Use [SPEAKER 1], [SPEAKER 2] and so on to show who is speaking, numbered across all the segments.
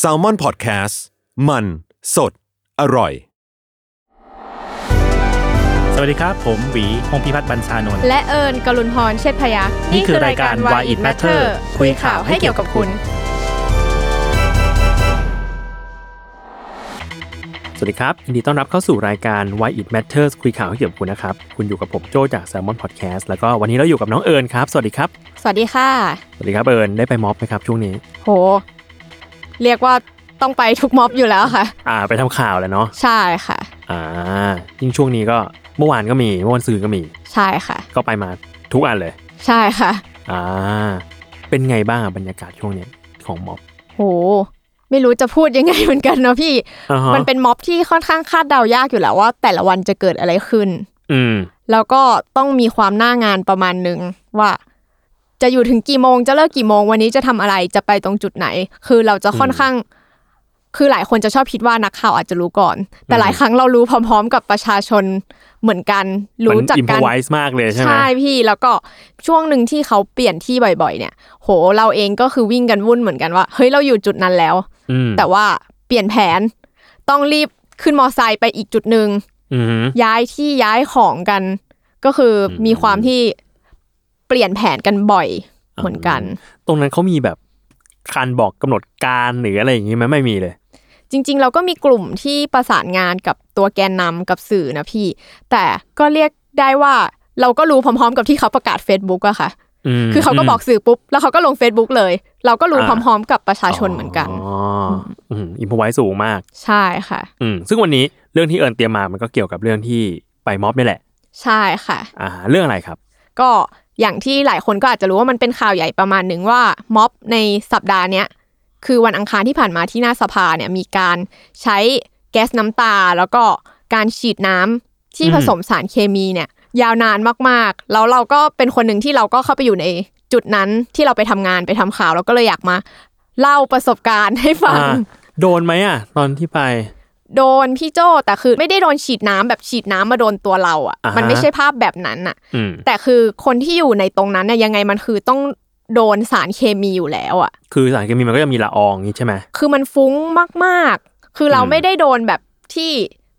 [SPEAKER 1] s a l ม o n PODCAST มันสดอร่อย
[SPEAKER 2] สวัสดีครับ ผมหวีพงพิพัฒน์บรรชานนท์
[SPEAKER 3] และเอิญกลุนพรเชษพยักษ์
[SPEAKER 2] นี่คือรายการ Why It Matter
[SPEAKER 3] คุยข่าวให้เกี่ยวกับคุณ
[SPEAKER 2] สวัสดีครับยินดีต้อนรับเข้าสู่รายการ Why It Matters คุยข่าวให้เกี่ยวกับคุณนะครับ คุณอยู่กับผมโจจาก Salmon Podcast แล้วก็วันนี้เราอยู่กับน้องเอิญครับ สวัสดีครับ
[SPEAKER 3] สวัสดีค่ะ
[SPEAKER 2] สวัสดีครับเอิญได้ไปม็อบไหมครับช่วงนี้
[SPEAKER 3] โห เรียกว่าต้องไปทุกม็อบอยู่แล้วค่ะ
[SPEAKER 2] อ่า ไปทำข่าวแหล้วเนาะ
[SPEAKER 3] ใช่ค่ะ
[SPEAKER 2] อ่า ยิ่งช่วงนี้ก็เมื่อวานก็มีเมื่อวันซืนก็มี
[SPEAKER 3] ใช่ค่ะ
[SPEAKER 2] ก็ไปมาทุกอันเลย
[SPEAKER 3] ใช่ค่ะ
[SPEAKER 2] อ่า เป็นไงบ้างอะบรรยากาศช่วงเนี้ยของม็อบ
[SPEAKER 3] โห ไม่รู้จะพูดยังไงเหมือนกันเนาะพี่
[SPEAKER 2] อ่าฮะ
[SPEAKER 3] มันเป็นม็อบที่ค่อนข้างคาดเดายากอยู่แล้วว่า แต่ละวันจะเกิดอะไรขึ้น
[SPEAKER 2] อืม
[SPEAKER 3] แล้วก็ต้องมีความหน้างานประมาณหนึ่งว่า จะอยู่ถึงกี่โมงจะเลิกกี่โมง วันนี้จะทำอะไรจะไปตรงจุดไหน คือเราจะค่อนข้าง คือหลายคนจะชอบคิดว่านักข่าวอาจจะรู้ก่อน แต่หลายครั้งเรารู้พร้อม ๆ กับประชาชนเหมือนกัน รู้จัก
[SPEAKER 2] อิมพ
[SPEAKER 3] กั
[SPEAKER 2] อน ไวส์มากเลยใช่ไหม
[SPEAKER 3] ใช่พี่แล้วก็ช่วงหนึ่งที่เขาเปลี่ยนที่บ่อย ๆ เนี่ย โหเราเองก็คือวิ่งกันวุ่นเหมือนกันว่าเฮ้ยเราอยู่จุดนั้นแล้ว
[SPEAKER 2] อืม
[SPEAKER 3] แต่ว่าเปลี่ยนแผน ต้องรีบขึ้นมอไซค์ไปอีกจุดหนึ่ง
[SPEAKER 2] อืมฮึ
[SPEAKER 3] ย้ายที่ย้ายของกันก็คืออ
[SPEAKER 2] ม
[SPEAKER 3] มีความที่เปลี่ยนแผนกันบ่อยเหมือนกัน
[SPEAKER 2] ตรงนั้นเขามีแบบการบอกกำหนดการหรืออะไรอย่างนี้ไหมไม่มีเลย
[SPEAKER 3] จริง ๆ เราก็มีกลุ่มที่ประสานงานกับตัวแกนนำกับสื่อนะพี่ แต่ก็เรียกได้ว่าเราก็รู้พร้อม ๆ กับที่เขาประกาศ Facebook อะค่ะ
[SPEAKER 2] ม
[SPEAKER 3] คือเขาก็บอกสื่อปุ๊บ แล้วเขาก็ลง Facebook เลย เราก็รู้พร้อม ๆ กับประชาชนเหมือนกัน
[SPEAKER 2] อ๋ออืมอิมพอไว้สูงมาก
[SPEAKER 3] ใช่ค่ะ
[SPEAKER 2] อืมซึ่งวันนี้เรื่องที่เอิญเตรียมมามันก็เกี่ยวกับเรื่องที่ไปม็อบนี่แหละ
[SPEAKER 3] ใช่ค่ะ
[SPEAKER 2] อ่า เรื่องอะไรครับ
[SPEAKER 3] ก็อย่างที่หลายคนก็อาจจะรู้ว่ามันเป็นข่าวใหญ่ประมาณหนึ่งว่าม็อบในสัปดาห์เนี้ยคือวันอังคารที่ผ่านมาที่หน้าสภาเนี่ยมีการใช้แก๊สน้ำตา แล้วก็การฉีดน้ำที่
[SPEAKER 2] อืม
[SPEAKER 3] ผสมสารเคมีเนี่ยยาวนานมากๆ แล้วเราก็เป็นคนหนึ่งที่เราก็เข้าไปอยู่ในจุดนั้นที่เราไปทำงานไปทำข่าวเราก็เลยอยากมา เล่าประสบการณ์ให้ฟัง
[SPEAKER 2] อ่า โดนไหมอ่ะ ตอนที่ไป
[SPEAKER 3] โดนพี่โจ้แต่คือไม่ได้โดนฉีดน้ำแบบฉีดน้ำมาโดนตัวเราอ่ะ
[SPEAKER 2] อ่าฮะ
[SPEAKER 3] มันไม่ใช่ภาพแบบนั้นอ่ะ
[SPEAKER 2] อืม
[SPEAKER 3] แต่คือคนที่อยู่ในตรงนั้นเนี่ยยังไงมันคือต้องโดนสารเคมีอยู่แล้วอะ
[SPEAKER 2] คือสารเคมีมันก็จะมีละอองอย่างนี้ใช่ไหม
[SPEAKER 3] คือมันฟุ้งมากๆ คือเรา
[SPEAKER 2] อืม
[SPEAKER 3] ไม่ได้โดนแบบที่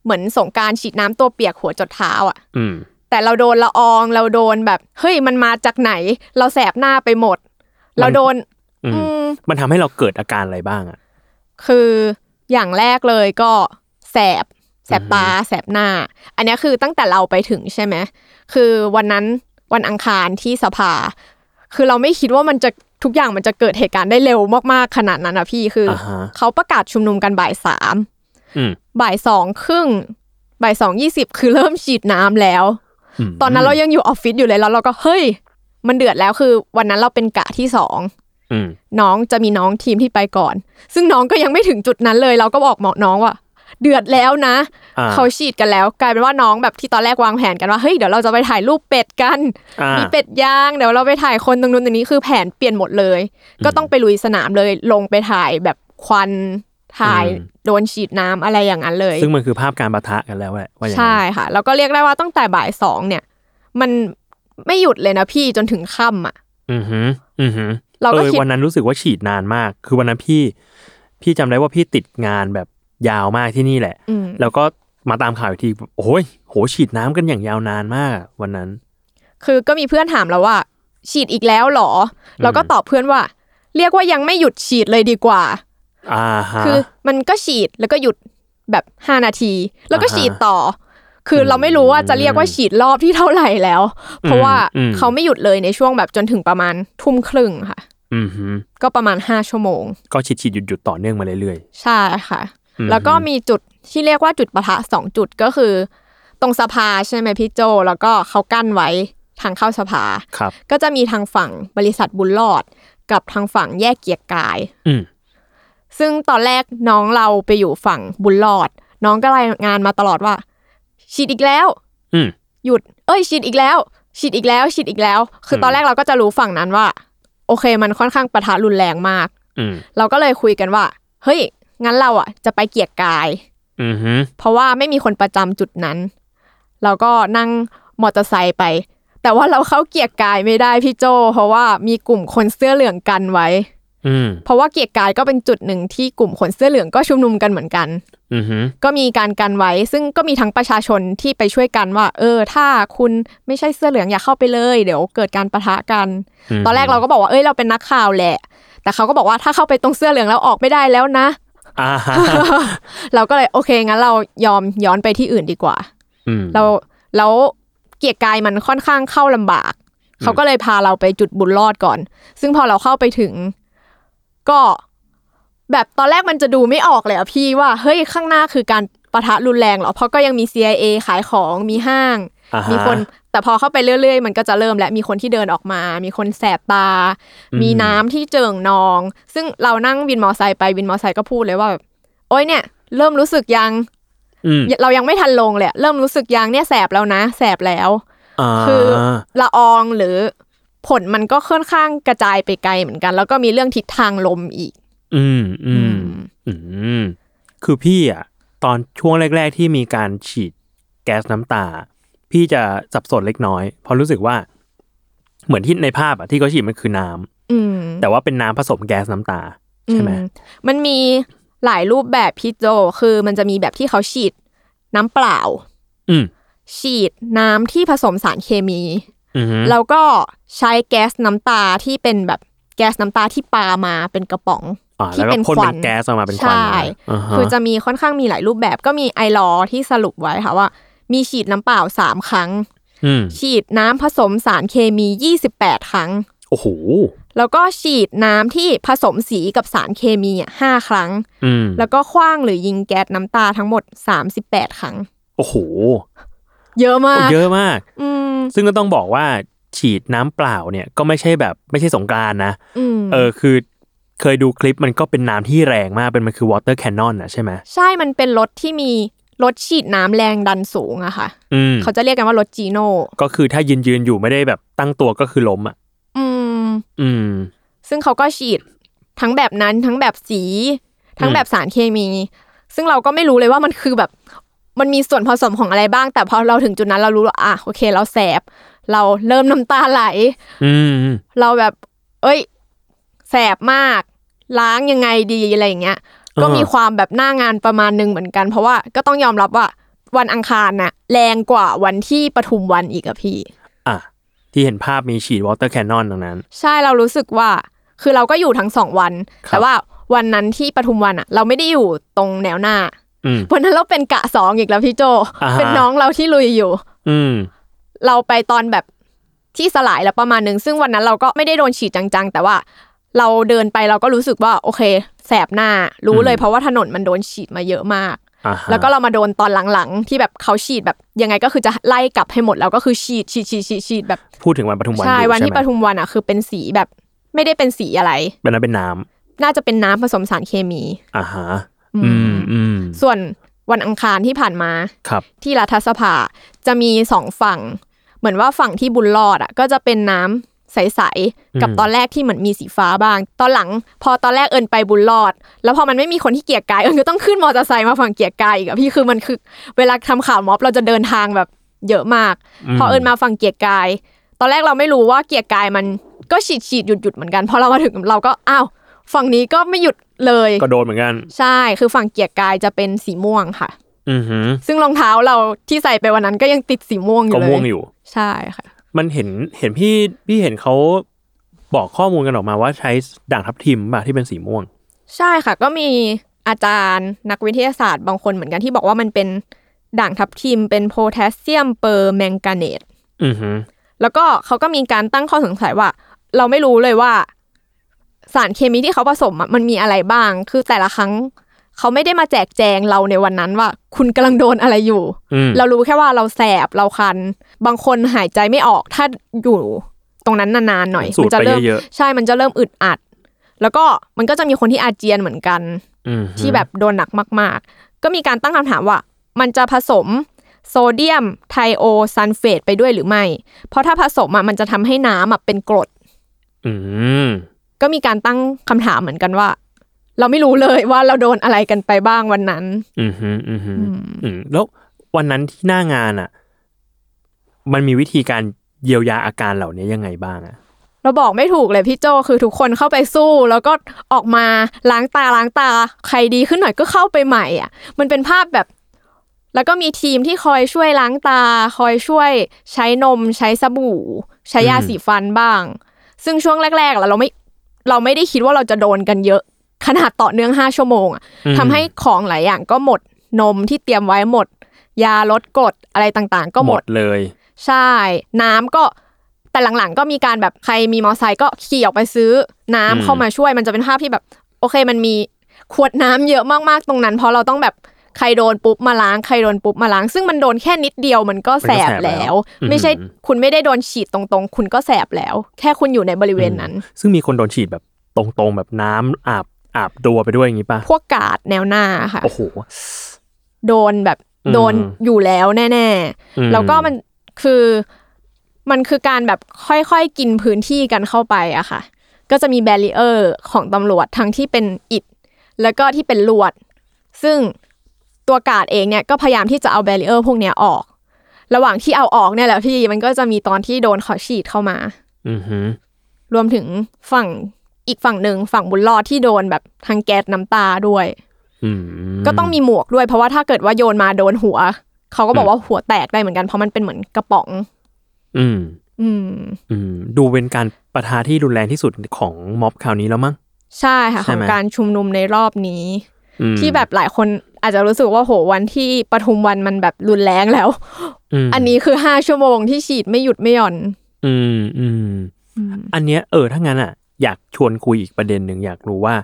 [SPEAKER 3] เหมือนสงกรารฉีดน้ำตัวเปียกหัวจดเท้าอะ
[SPEAKER 2] อืม
[SPEAKER 3] แต่เราโดนละอองเราโดนแบบเฮ้ยมันมาจากไหน เราแสบหน้าไปหมด เราโดน
[SPEAKER 2] อืม
[SPEAKER 3] อืม
[SPEAKER 2] มันทำให้เราเกิดอาการอะไรบ้างอ่ะ
[SPEAKER 3] คืออย่างแรกเลยก็แสบแสบตาแสบหน้า อันเนี้ยคือตั้งแต่เราไปถึงใช่ไหมคือวันนั้นวันอังคารที่สภา คือเราไม่คิดว่ามันจะทุกอย่างมันจะเกิดเหตุการณ์ได้เร็วมากๆขนาดนั้นอะพี่คืออา
[SPEAKER 2] ฮะ
[SPEAKER 3] เขาประกาศชุมนุมกันบ่ายสาม
[SPEAKER 2] อืม
[SPEAKER 3] บ่ายสองครึ่งบ่ายสองยี่สิบคือเริ่มฉีดน้ำแล้ว
[SPEAKER 2] ม
[SPEAKER 3] ตอนนั้นเรายังอยู่ออฟฟิศอยู่เลยแล้วเราก็เฮ้ย มันเดือดแล้วคือ วันนั้นเราเป็นกะที่สอง
[SPEAKER 2] อืม
[SPEAKER 3] น้องจะมีน้องทีมที่ไปก่อน ซึ่งน้องก็ยังไม่ถึงจุดนั้นเลย เราก็บอกหมอน้องว่า เดือดแล้วนะ
[SPEAKER 2] อ่า
[SPEAKER 3] เขาฉีดกันแล้ว กลายเป็นว่าน้องแบบที่ตอนแรกวางแผนกันว่าเฮ้ยเดี๋ยวเราจะไปถ่ายรูปเป็ดกัน
[SPEAKER 2] อ่า
[SPEAKER 3] มีเป็ดย่างเดี๋ยวเราไปถ่ายคนตรงนู้นตรงนี้คือแผนเปลี่ยนหมดเลย ก็ต้องไปลุยสนามเลย ลงไปถ่ายแบบควันถ่ายโดนฉีดน้ำอะไรอย่างนั้นเลย
[SPEAKER 2] ซึ่งมันคือภาพการปะทะกันแล้วแหละว่าอย่าง
[SPEAKER 3] ใช่
[SPEAKER 2] นั้น
[SPEAKER 3] ค่ะ แล้วก็เรียกได้ว่าตั้งแต่บ่ายสองเนี่ย มันไม่หยุดเลยนะพี่จนถึงค่ำอ่ะ
[SPEAKER 2] อือหือ อือหือ
[SPEAKER 3] เราก็
[SPEAKER 2] เออ
[SPEAKER 3] คิด
[SPEAKER 2] วันนั้นรู้สึกว่าฉีดนานมาก คือวันนั้นพี่ พี่จำได้ว่าพี่ติดงานแบบยาวมากที่นี่แหละ
[SPEAKER 3] อืม
[SPEAKER 2] แล้วก็มาตามข่าวอีกทีโอ้ยโหฉีดน้ำกันอย่างยาวนานมากวันนั้น
[SPEAKER 3] คือก็มีเพื่อนถามเราว่า ฉีดอีกแล้วเหรอ เราก็ตอบเพื่อนว่า เรียกว่ายังไม่หยุดฉีดเลยดีกว่า
[SPEAKER 2] อ่าฮะ
[SPEAKER 3] คือมันก็ฉีดแล้วก็หยุดแบบห้านาที แล้วก็
[SPEAKER 2] อ่าฮะ
[SPEAKER 3] ฉีดต่อ คือเราไม่รู้ว่าจะเรียกว่าฉีดรอบที่เท่าไหร่แล้ว เพราะว่า
[SPEAKER 2] อืม
[SPEAKER 3] เขาไม่หยุดเลยในช่วงแบบจนถึงประมาณทุ่มครึ่งค่ะ
[SPEAKER 2] อือหือ
[SPEAKER 3] ก็ประมาณห้าชั่วโมง
[SPEAKER 2] ก็ฉีดฉีดหยุดหยุดต่อเนื่องมาเรื่อย
[SPEAKER 3] ใช่ค่ะ
[SPEAKER 2] อืม
[SPEAKER 3] แล้วก็มีจุดที่เรียกว่าจุดปะทะสองจุดก็คือ ตรงสภาใช่ไหมพี่โจ แล้วก็เขากั้นไว้ทางเข้าสภา
[SPEAKER 2] ๆ ครับ
[SPEAKER 3] ก็จะมีทางฝั่งบริษัทบุญรอด กับทางฝั่งแยกเกียรติกาย
[SPEAKER 2] อืม
[SPEAKER 3] ซึ่งตอนแรกน้องเราไปอยู่ฝั่งบุญรอด น้องก็รายงานมาตลอดว่า ฉีดอีกแล้ว
[SPEAKER 2] อืม
[SPEAKER 3] หยุด เอ้ยฉีดอีกแล้ว ฉีดอีกแล้วฉีดอีกแล้ว คือตอนแรกเราก็จะรู้ฝั่งนั้นว่า โอเคมันค่อนข้างปะทะรุนแรงมาก
[SPEAKER 2] อืม
[SPEAKER 3] เราก็เลยคุยกันว่า เฮ้ย งั้นเราอ่ะจะไปเกียรติกาย
[SPEAKER 2] อือหือ
[SPEAKER 3] เพราะว่าไม่มีคนประจำจุดนั้น เราก็นั่งมอเตอร์ไซค์ไป แต่ว่าเราเข้าเกียร์กายไม่ได้พี่โจ เพราะว่ามีกลุ่มคนเสื้อเหลืองกันไว้
[SPEAKER 2] อืม
[SPEAKER 3] เพราะว่าเกียรติกายก็เป็นจุดหนึ่งที่กลุ่มคนเสื้อเหลืองก็ชุมนุมกันเหมือนกัน
[SPEAKER 2] อือหือ
[SPEAKER 3] ก็มีการกันไว้ ซึ่งก็มีทั้งประชาชนที่ไปช่วยกันว่า เออ ถ้าคุณไม่ใช่เสื้อเหลืองอย่าเข้าไปเลย เดี๋ยวเกิดการประทะกัน
[SPEAKER 2] อืม
[SPEAKER 3] ตอนแรกเราก็บอกว่าเอ้ยเราเป็นนักข่าวแหละ แต่เขาก็บอกว่าถ้าเข้าไปตรงเสื้อเหลืองแล้วออกไม่ได้แล้วนะ
[SPEAKER 2] อ่า ฮะ
[SPEAKER 3] เราก็เลยโอเคงั้นเรายอมย้อนไปที่อื่นดีกว่า
[SPEAKER 2] อืม
[SPEAKER 3] เราแล้วเกียรติกายมันค่อนข้างเข้าลำบาก เขาก็เลยพาเราไปจุดบุญรอดก่อน ซึ่งพอเราเข้าไปถึง ก็แบบตอนแรกมันจะดูไม่ออกเลยอะพี่ว่าเฮ้ยข้างหน้าคือการประทะรุนแรงเหรอ เพราะก็ยังมี CIA ขายของมีห้าง
[SPEAKER 2] อ่าฮะ
[SPEAKER 3] มีคนแต่พอเข้าไปเรื่อยๆ มันก็จะเริ่มและมีคนที่เดินออกมา มีคนแสบตา
[SPEAKER 2] อืม
[SPEAKER 3] มีน้ำที่เจิ่งนอง ซึ่งเรานั่งวินมอไซค์ไปวินมอไซค์ก็พูดเลยว่าแบบโอ๊ยเนี่ย เริ่มรู้สึกยัง
[SPEAKER 2] อืม
[SPEAKER 3] เรายังไม่ทันลงเลยอะเริ่มรู้สึกยังเนี่ยแสบแล้วนะแสบแล้ว
[SPEAKER 2] อ่า
[SPEAKER 3] คือละอองหรือผลมันก็ค่อนข้างกระจายไปไกลเหมือนกัน แล้วก็มีเรื่องทิศทางลมอีก
[SPEAKER 2] อืมอืมอืมคือพี่อ่ะตอนช่วงแรก ๆ ที่มีการฉีดแก๊สน้ำตา พี่จะสับสนเล็กน้อยเพราะรู้สึกว่า เหมือนที่ในภาพอ่ะที่เขาฉีดมันคือน้ำ
[SPEAKER 3] อืม
[SPEAKER 2] แต่ว่าเป็นน้ำผสมแก๊สน้ำตา ใช่ไหม
[SPEAKER 3] อืมันมีหลายรูปแบบพี่โจคือมันจะมีแบบที่เขาฉีดน้ำเปล่า
[SPEAKER 2] อืม
[SPEAKER 3] ฉีดน้ำที่ผสมสารเคมี
[SPEAKER 2] อือฮึ
[SPEAKER 3] แล้วก็ใช้แก๊สน้ำตาที่เป็นแบบแก๊สน้ำตาที่ปามาเป็นกระป๋อง
[SPEAKER 2] อ่า
[SPEAKER 3] ที่
[SPEAKER 2] แล้วก็
[SPEAKER 3] เป็น
[SPEAKER 2] พ่น
[SPEAKER 3] ควั
[SPEAKER 2] เป็น
[SPEAKER 3] น
[SPEAKER 2] แก๊สออกมาเป็นควัน
[SPEAKER 3] ใช่
[SPEAKER 2] อ่าฮะ
[SPEAKER 3] คือจะมีค่อนข้างมีหลายรูปแบบก็มีไอรอที่สรุปไว้ค่ะว่า มีฉีดน้ำเปล่าสามครั้ง
[SPEAKER 2] อืม
[SPEAKER 3] ฉีดน้ำผสมสารเคมี 28 ครั้ง
[SPEAKER 2] โอ้โห
[SPEAKER 3] แล้วก็ฉีดน้ำที่ผสมสีกับสารเคมีอ่ะห้าครั้ง
[SPEAKER 2] อืม
[SPEAKER 3] แล้วก็คว้างหรือยิงแก๊สน้ำตาทั้งหมด 38 ครั้ง
[SPEAKER 2] โอ้โห
[SPEAKER 3] เยอะมาก
[SPEAKER 2] เยอะมาก
[SPEAKER 3] อืม
[SPEAKER 2] ซึ่งก็ต้องบอกว่าฉีดน้ำเปล่าเนี่ยก็ไม่ใช่แบบไม่ใช่สงกรานต์นะ
[SPEAKER 3] อืม
[SPEAKER 2] เออคือเคยดูคลิปมันก็เป็นน้ำที่แรงมากเป็นมันคือวอเตอร์แคนนอนนะใช่ไหม
[SPEAKER 3] ใช่ มันเป็นรถที่มีรถฉีดน้ำแรงดันสูงอะค่ะ
[SPEAKER 2] อืม
[SPEAKER 3] เขาจะเรียกกันว่ารถจีโน่
[SPEAKER 2] ก็คือถ้ายืนยืนๆอยู่ไม่ได้แบบตั้งตัวก็คือล้มอ่ะ
[SPEAKER 3] อืม
[SPEAKER 2] อืม
[SPEAKER 3] ซึ่งเขาก็ฉีดทั้งแบบนั้นทั้งแบบสี ทั้งแบบสารเคมี ซึ่งเราก็ไม่รู้เลยว่ามันคือแบบ มันมีส่วนผสมของอะไรบ้าง แต่พอเราถึงจุดนั้นเรารู้ว่าอ่ะโอเค เราแสบ เราเริ่มน้ำตาไหล
[SPEAKER 2] อืม
[SPEAKER 3] เราแบบ เอ้ย แสบมาก ล้างยังไงดีอะไรอย่างเงี้ย
[SPEAKER 2] อ่า
[SPEAKER 3] ก็มีความแบบหน้างานประมาณหนึงเหมือนกัน เพราะว่าก็ต้องยอมรับว่าวันอังคารน่ะแรงกว่าวันที่ปทุมวันอีกอะพี่
[SPEAKER 2] อ่ะที่เห็นภาพมีฉีดวอเตอร์แคนนอนตรงนั้น
[SPEAKER 3] ใช่เรารู้สึกว่า คือเราก็อยู่ทั้งสองวัน
[SPEAKER 2] ครับ
[SPEAKER 3] แต่ว่าวันนั้นที่ปทุมวันอะเราไม่ได้อยู่ตรงแนวหน้า
[SPEAKER 2] อืม
[SPEAKER 3] วันนั้นเราเป็นกะสองอีกแล้วพี่โจ
[SPEAKER 2] อ่าฮะ
[SPEAKER 3] เป็นน้องเราที่ลุยอยู่
[SPEAKER 2] อืม
[SPEAKER 3] เราไปตอนแบบที่สลายแล้วประมาณหนึ่งซึ่งวันนั้นเราก็ไม่ได้โดนฉีดจังๆ แต่ว่าเราเดินไปเราก็รู้สึกว่าโอเค แสบหน้ารู้เลย
[SPEAKER 2] อืม
[SPEAKER 3] เพราะว่าถนนมันโดนฉีดมาเยอะมาก
[SPEAKER 2] อ่าฮะ
[SPEAKER 3] แล้วก็เรามาโดนตอนหลังๆ ที่แบบเขาฉีดแบบยังไงก็คือจะไล่กลับให้หมดแล้วก็คือฉีดฉีดฉีดฉีดฉีดแบบ
[SPEAKER 2] พูดถึงวันปทุมวัน
[SPEAKER 3] ใช่
[SPEAKER 2] อยู่
[SPEAKER 3] วันที่
[SPEAKER 2] ไห
[SPEAKER 3] ป
[SPEAKER 2] ม
[SPEAKER 3] ทุมวันอ่ะคือเป็นสีแบบไม่ได้เป็นสีอะไร
[SPEAKER 2] เป็นนั้นเป็นน้ำ
[SPEAKER 3] น่าจะเป็นน้ำผสมสารเคมี
[SPEAKER 2] อ่าฮะ
[SPEAKER 3] อืม
[SPEAKER 2] อืมอืม
[SPEAKER 3] ส่วนวันอังคารที่ผ่านมา
[SPEAKER 2] ครับ
[SPEAKER 3] ที่รัฐสภาจะมีสองฝั่ง เหมือนว่าฝั่งที่บุญรอดอ่ะก็จะเป็นน้ำใสๆกับตอนแรกที่เหมือนมีสีฟ้าบ้าง ตอนหลัง พอตอนแรกเอิญไปบุญรอด แล้วพอมันไม่มีคนที่เกียร์กายเอิญก็ต้องขึ้นมอเตอร์ไซค์มาฝั่งเกียร์กายอีกอะพี่คือมันคือ เวลาทำข่าวม็อบเราจะเดินทางแบบเยอะมาก พอเอิญมาฝั่งเกียร์กาย ตอนแรกเราไม่รู้ว่าเกียร์กายมันก็ฉีดฉีดหยุดหยุดๆเหมือนกันพอเรามาถึงเราก็อ้าวฝั่งนี้ก็ไม่หยุดเลย
[SPEAKER 2] ก็โดนเหมือนกัน
[SPEAKER 3] ใช่ คือฝั่งเกียร์กายจะเป็นสีม่วงค่ะ
[SPEAKER 2] อือหือ
[SPEAKER 3] ซึ่งรองเท้าเราที่ใส่ไปวันนั้นก็ยังติดสีม่วงอ
[SPEAKER 2] ก็
[SPEAKER 3] ยู่เลย
[SPEAKER 2] ม่วงอยู่
[SPEAKER 3] ใช่ค่ะ
[SPEAKER 2] มันเห็นเห็นพี่พี่เห็นเขาบอกข้อมูลกันออกมาว่าใช้ด่างทับทิมป่ะที่เป็นสีม่วง
[SPEAKER 3] ใช่ค่ะ ก็มีอาจารย์นักวิทยาศาสตร์บางคนเหมือนกันที่บอกว่ามันเป็นด่างทับทิม เป็นโพแทสเซียมเปอร์แมงกาเนต
[SPEAKER 2] อือหือ
[SPEAKER 3] แล้วก็เขาก็มีการตั้งข้อสงสัยว่า เราไม่รู้เลยว่า สารเคมีที่เขาผสมอะมันมีอะไรบ้าง คือแต่ละครั้ง เขาไม่ได้มาแจกแจงเราในวันนั้นว่า คุณกำลังโดนอะไรอยู่
[SPEAKER 2] อืม
[SPEAKER 3] เรารู้แค่ว่าเราแสบเราคัน บางคนหายใจไม่ออกถ้าอยู่ตรงนั้นนานๆหน่อย
[SPEAKER 2] สูด
[SPEAKER 3] มัจะ
[SPEAKER 2] ไป
[SPEAKER 3] เริ่ม
[SPEAKER 2] เยอะๆ
[SPEAKER 3] ใช่มันจะเริ่มอึดอัด แล้วก็มันก็จะมีคนที่อาเจียนเหมือนกัน
[SPEAKER 2] อือหือ
[SPEAKER 3] ที่แบบโดนหนักมาก ๆ ก็มีการตั้งคำถามว่า มันจะผสมโซเดียมไทโอซัลเฟตไปด้วยหรือไม่ เพราะถ้าผสมอ่ะมันจะทำให้น้ำอ่ะเป็นกรด
[SPEAKER 2] อืม
[SPEAKER 3] ก็มีการตั้งคำถามเหมือนกันว่า เราไม่รู้เลยว่าเราโดนอะไรกันไปบ้างวันนั้น
[SPEAKER 2] อือหืออือหืออืมแล้ววันนั้นที่หน้างานอ่ะ มันมีวิธีการเยียวยาอาการเหล่านี้ยังไงบ้างอ่ะ
[SPEAKER 3] เราบอกไม่ถูกเลยพี่โจคือทุกคนเข้าไปสู้ แล้วก็ออกมาล้างตาล้างตา ใครดีขึ้นหน่อยก็เข้าไปใหม่อ่ะ มันเป็นภาพแบบ แล้วก็มีทีมที่คอยช่วยล้างตา คอยช่วยใช้นม ใช้สบู่ ใช้ยา
[SPEAKER 2] อืม
[SPEAKER 3] สีฟันบ้าง ซึ่งช่วงแรกๆล่ะเราไม่เราไม่ได้คิดว่าเราจะโดนกันเยอะ ขนาดต่อเนื่องห้าชั่วโมงอ่ะ
[SPEAKER 2] อืม
[SPEAKER 3] ทำให้ของหลายอย่างก็หมดนมที่เตรียมไว้หมด ยาลดกรดอะไรต่างๆ ก็หมด
[SPEAKER 2] เลย
[SPEAKER 3] ใช่ น้ำก็แต่หลังๆ ก็มีการแบบใครมีมอไซค์ก็ขี่ออกไปซื้อน้ำ
[SPEAKER 2] อืม
[SPEAKER 3] เข้ามาช่วยมันจะเป็นภาพที่แบบ โอเคมันมีขวดน้ำเยอะมากๆตรงนั้น เพราะเราต้องแบบใครโดนปุ๊บมาล้างใครโดนปุ๊บมาล้าง ซึ่งมันโดนแค่นิดเดียวมันก็แสบแล้ว ไม่ใช่คุณไม่ได้โดนฉีดตรงๆ คุณก็แสบแล้ว แค่คุณอยู่ในบริเวณนั้น
[SPEAKER 2] ซึ่งมีคนโดนฉีดแบบตรงๆแบบน้ำอาบอาบดัวไปด้วยอย่างนี้ป่ะ
[SPEAKER 3] พวกกาดแนวหน้าค่ะ
[SPEAKER 2] โอ้โห
[SPEAKER 3] โดนแบบ
[SPEAKER 2] อืม
[SPEAKER 3] โดนอยู่แล้วแน่ ๆ
[SPEAKER 2] อื
[SPEAKER 3] แล้วก็มันคือมันคือการแบบค่อยๆกินพื้นที่กันเข้าไปอะค่ะ ก็จะมีแบรีเออร์ของตำรวจทั้งที่เป็นอิฐแล้วก็ที่เป็นลวด ซึ่งตัวกาดเองเนี่ยก็พยายามที่จะเอาแบรีเออร์พวกเนี้ยออก ระหว่างที่เอาออกเนี่ยแหละพี่มันก็จะมีตอนที่โดนเขาฉีดเข้ามา
[SPEAKER 2] อือหือ
[SPEAKER 3] รวมถึงฝั่งอีกฝั่งหนึ่งฝั่งบุญรอดที่โดนแบบทางแก๊สน้ำตาด้วย
[SPEAKER 2] อืม
[SPEAKER 3] ก็ต้องมีหมวกด้วย เพราะว่าถ้าเกิดว่าโยนมาโดนหัว เขาก็บอก
[SPEAKER 2] อืม
[SPEAKER 3] ว่าหัวแตกได้เหมือนกันเพราะมันเป็นเหมือนกระป๋อง
[SPEAKER 2] อืม
[SPEAKER 3] อืม
[SPEAKER 2] อืม ดูเป็นการประทาที่รุนแรงที่สุดของม็อบคราวนี้แล้วมั้ง
[SPEAKER 3] ใช่ค่ะ
[SPEAKER 2] ใช่
[SPEAKER 3] ของ
[SPEAKER 2] ไหม
[SPEAKER 3] การชุมนุมในรอบนี้
[SPEAKER 2] อืม
[SPEAKER 3] ที่แบบหลายคนอาจจะรู้สึกว่าโหวันที่ปทุมวันมันแบบรุนแรงแล้ว
[SPEAKER 2] ม
[SPEAKER 3] อันนี้คือห้าชั่วโมงที่ฉีดไม่หยุดไม่หย่อน
[SPEAKER 2] อืมอืม อันเนี้ยเออถ้างั้นอ่ะ อยากชวนคุยอีกประเด็นหนึ่งอยากรู้ว่า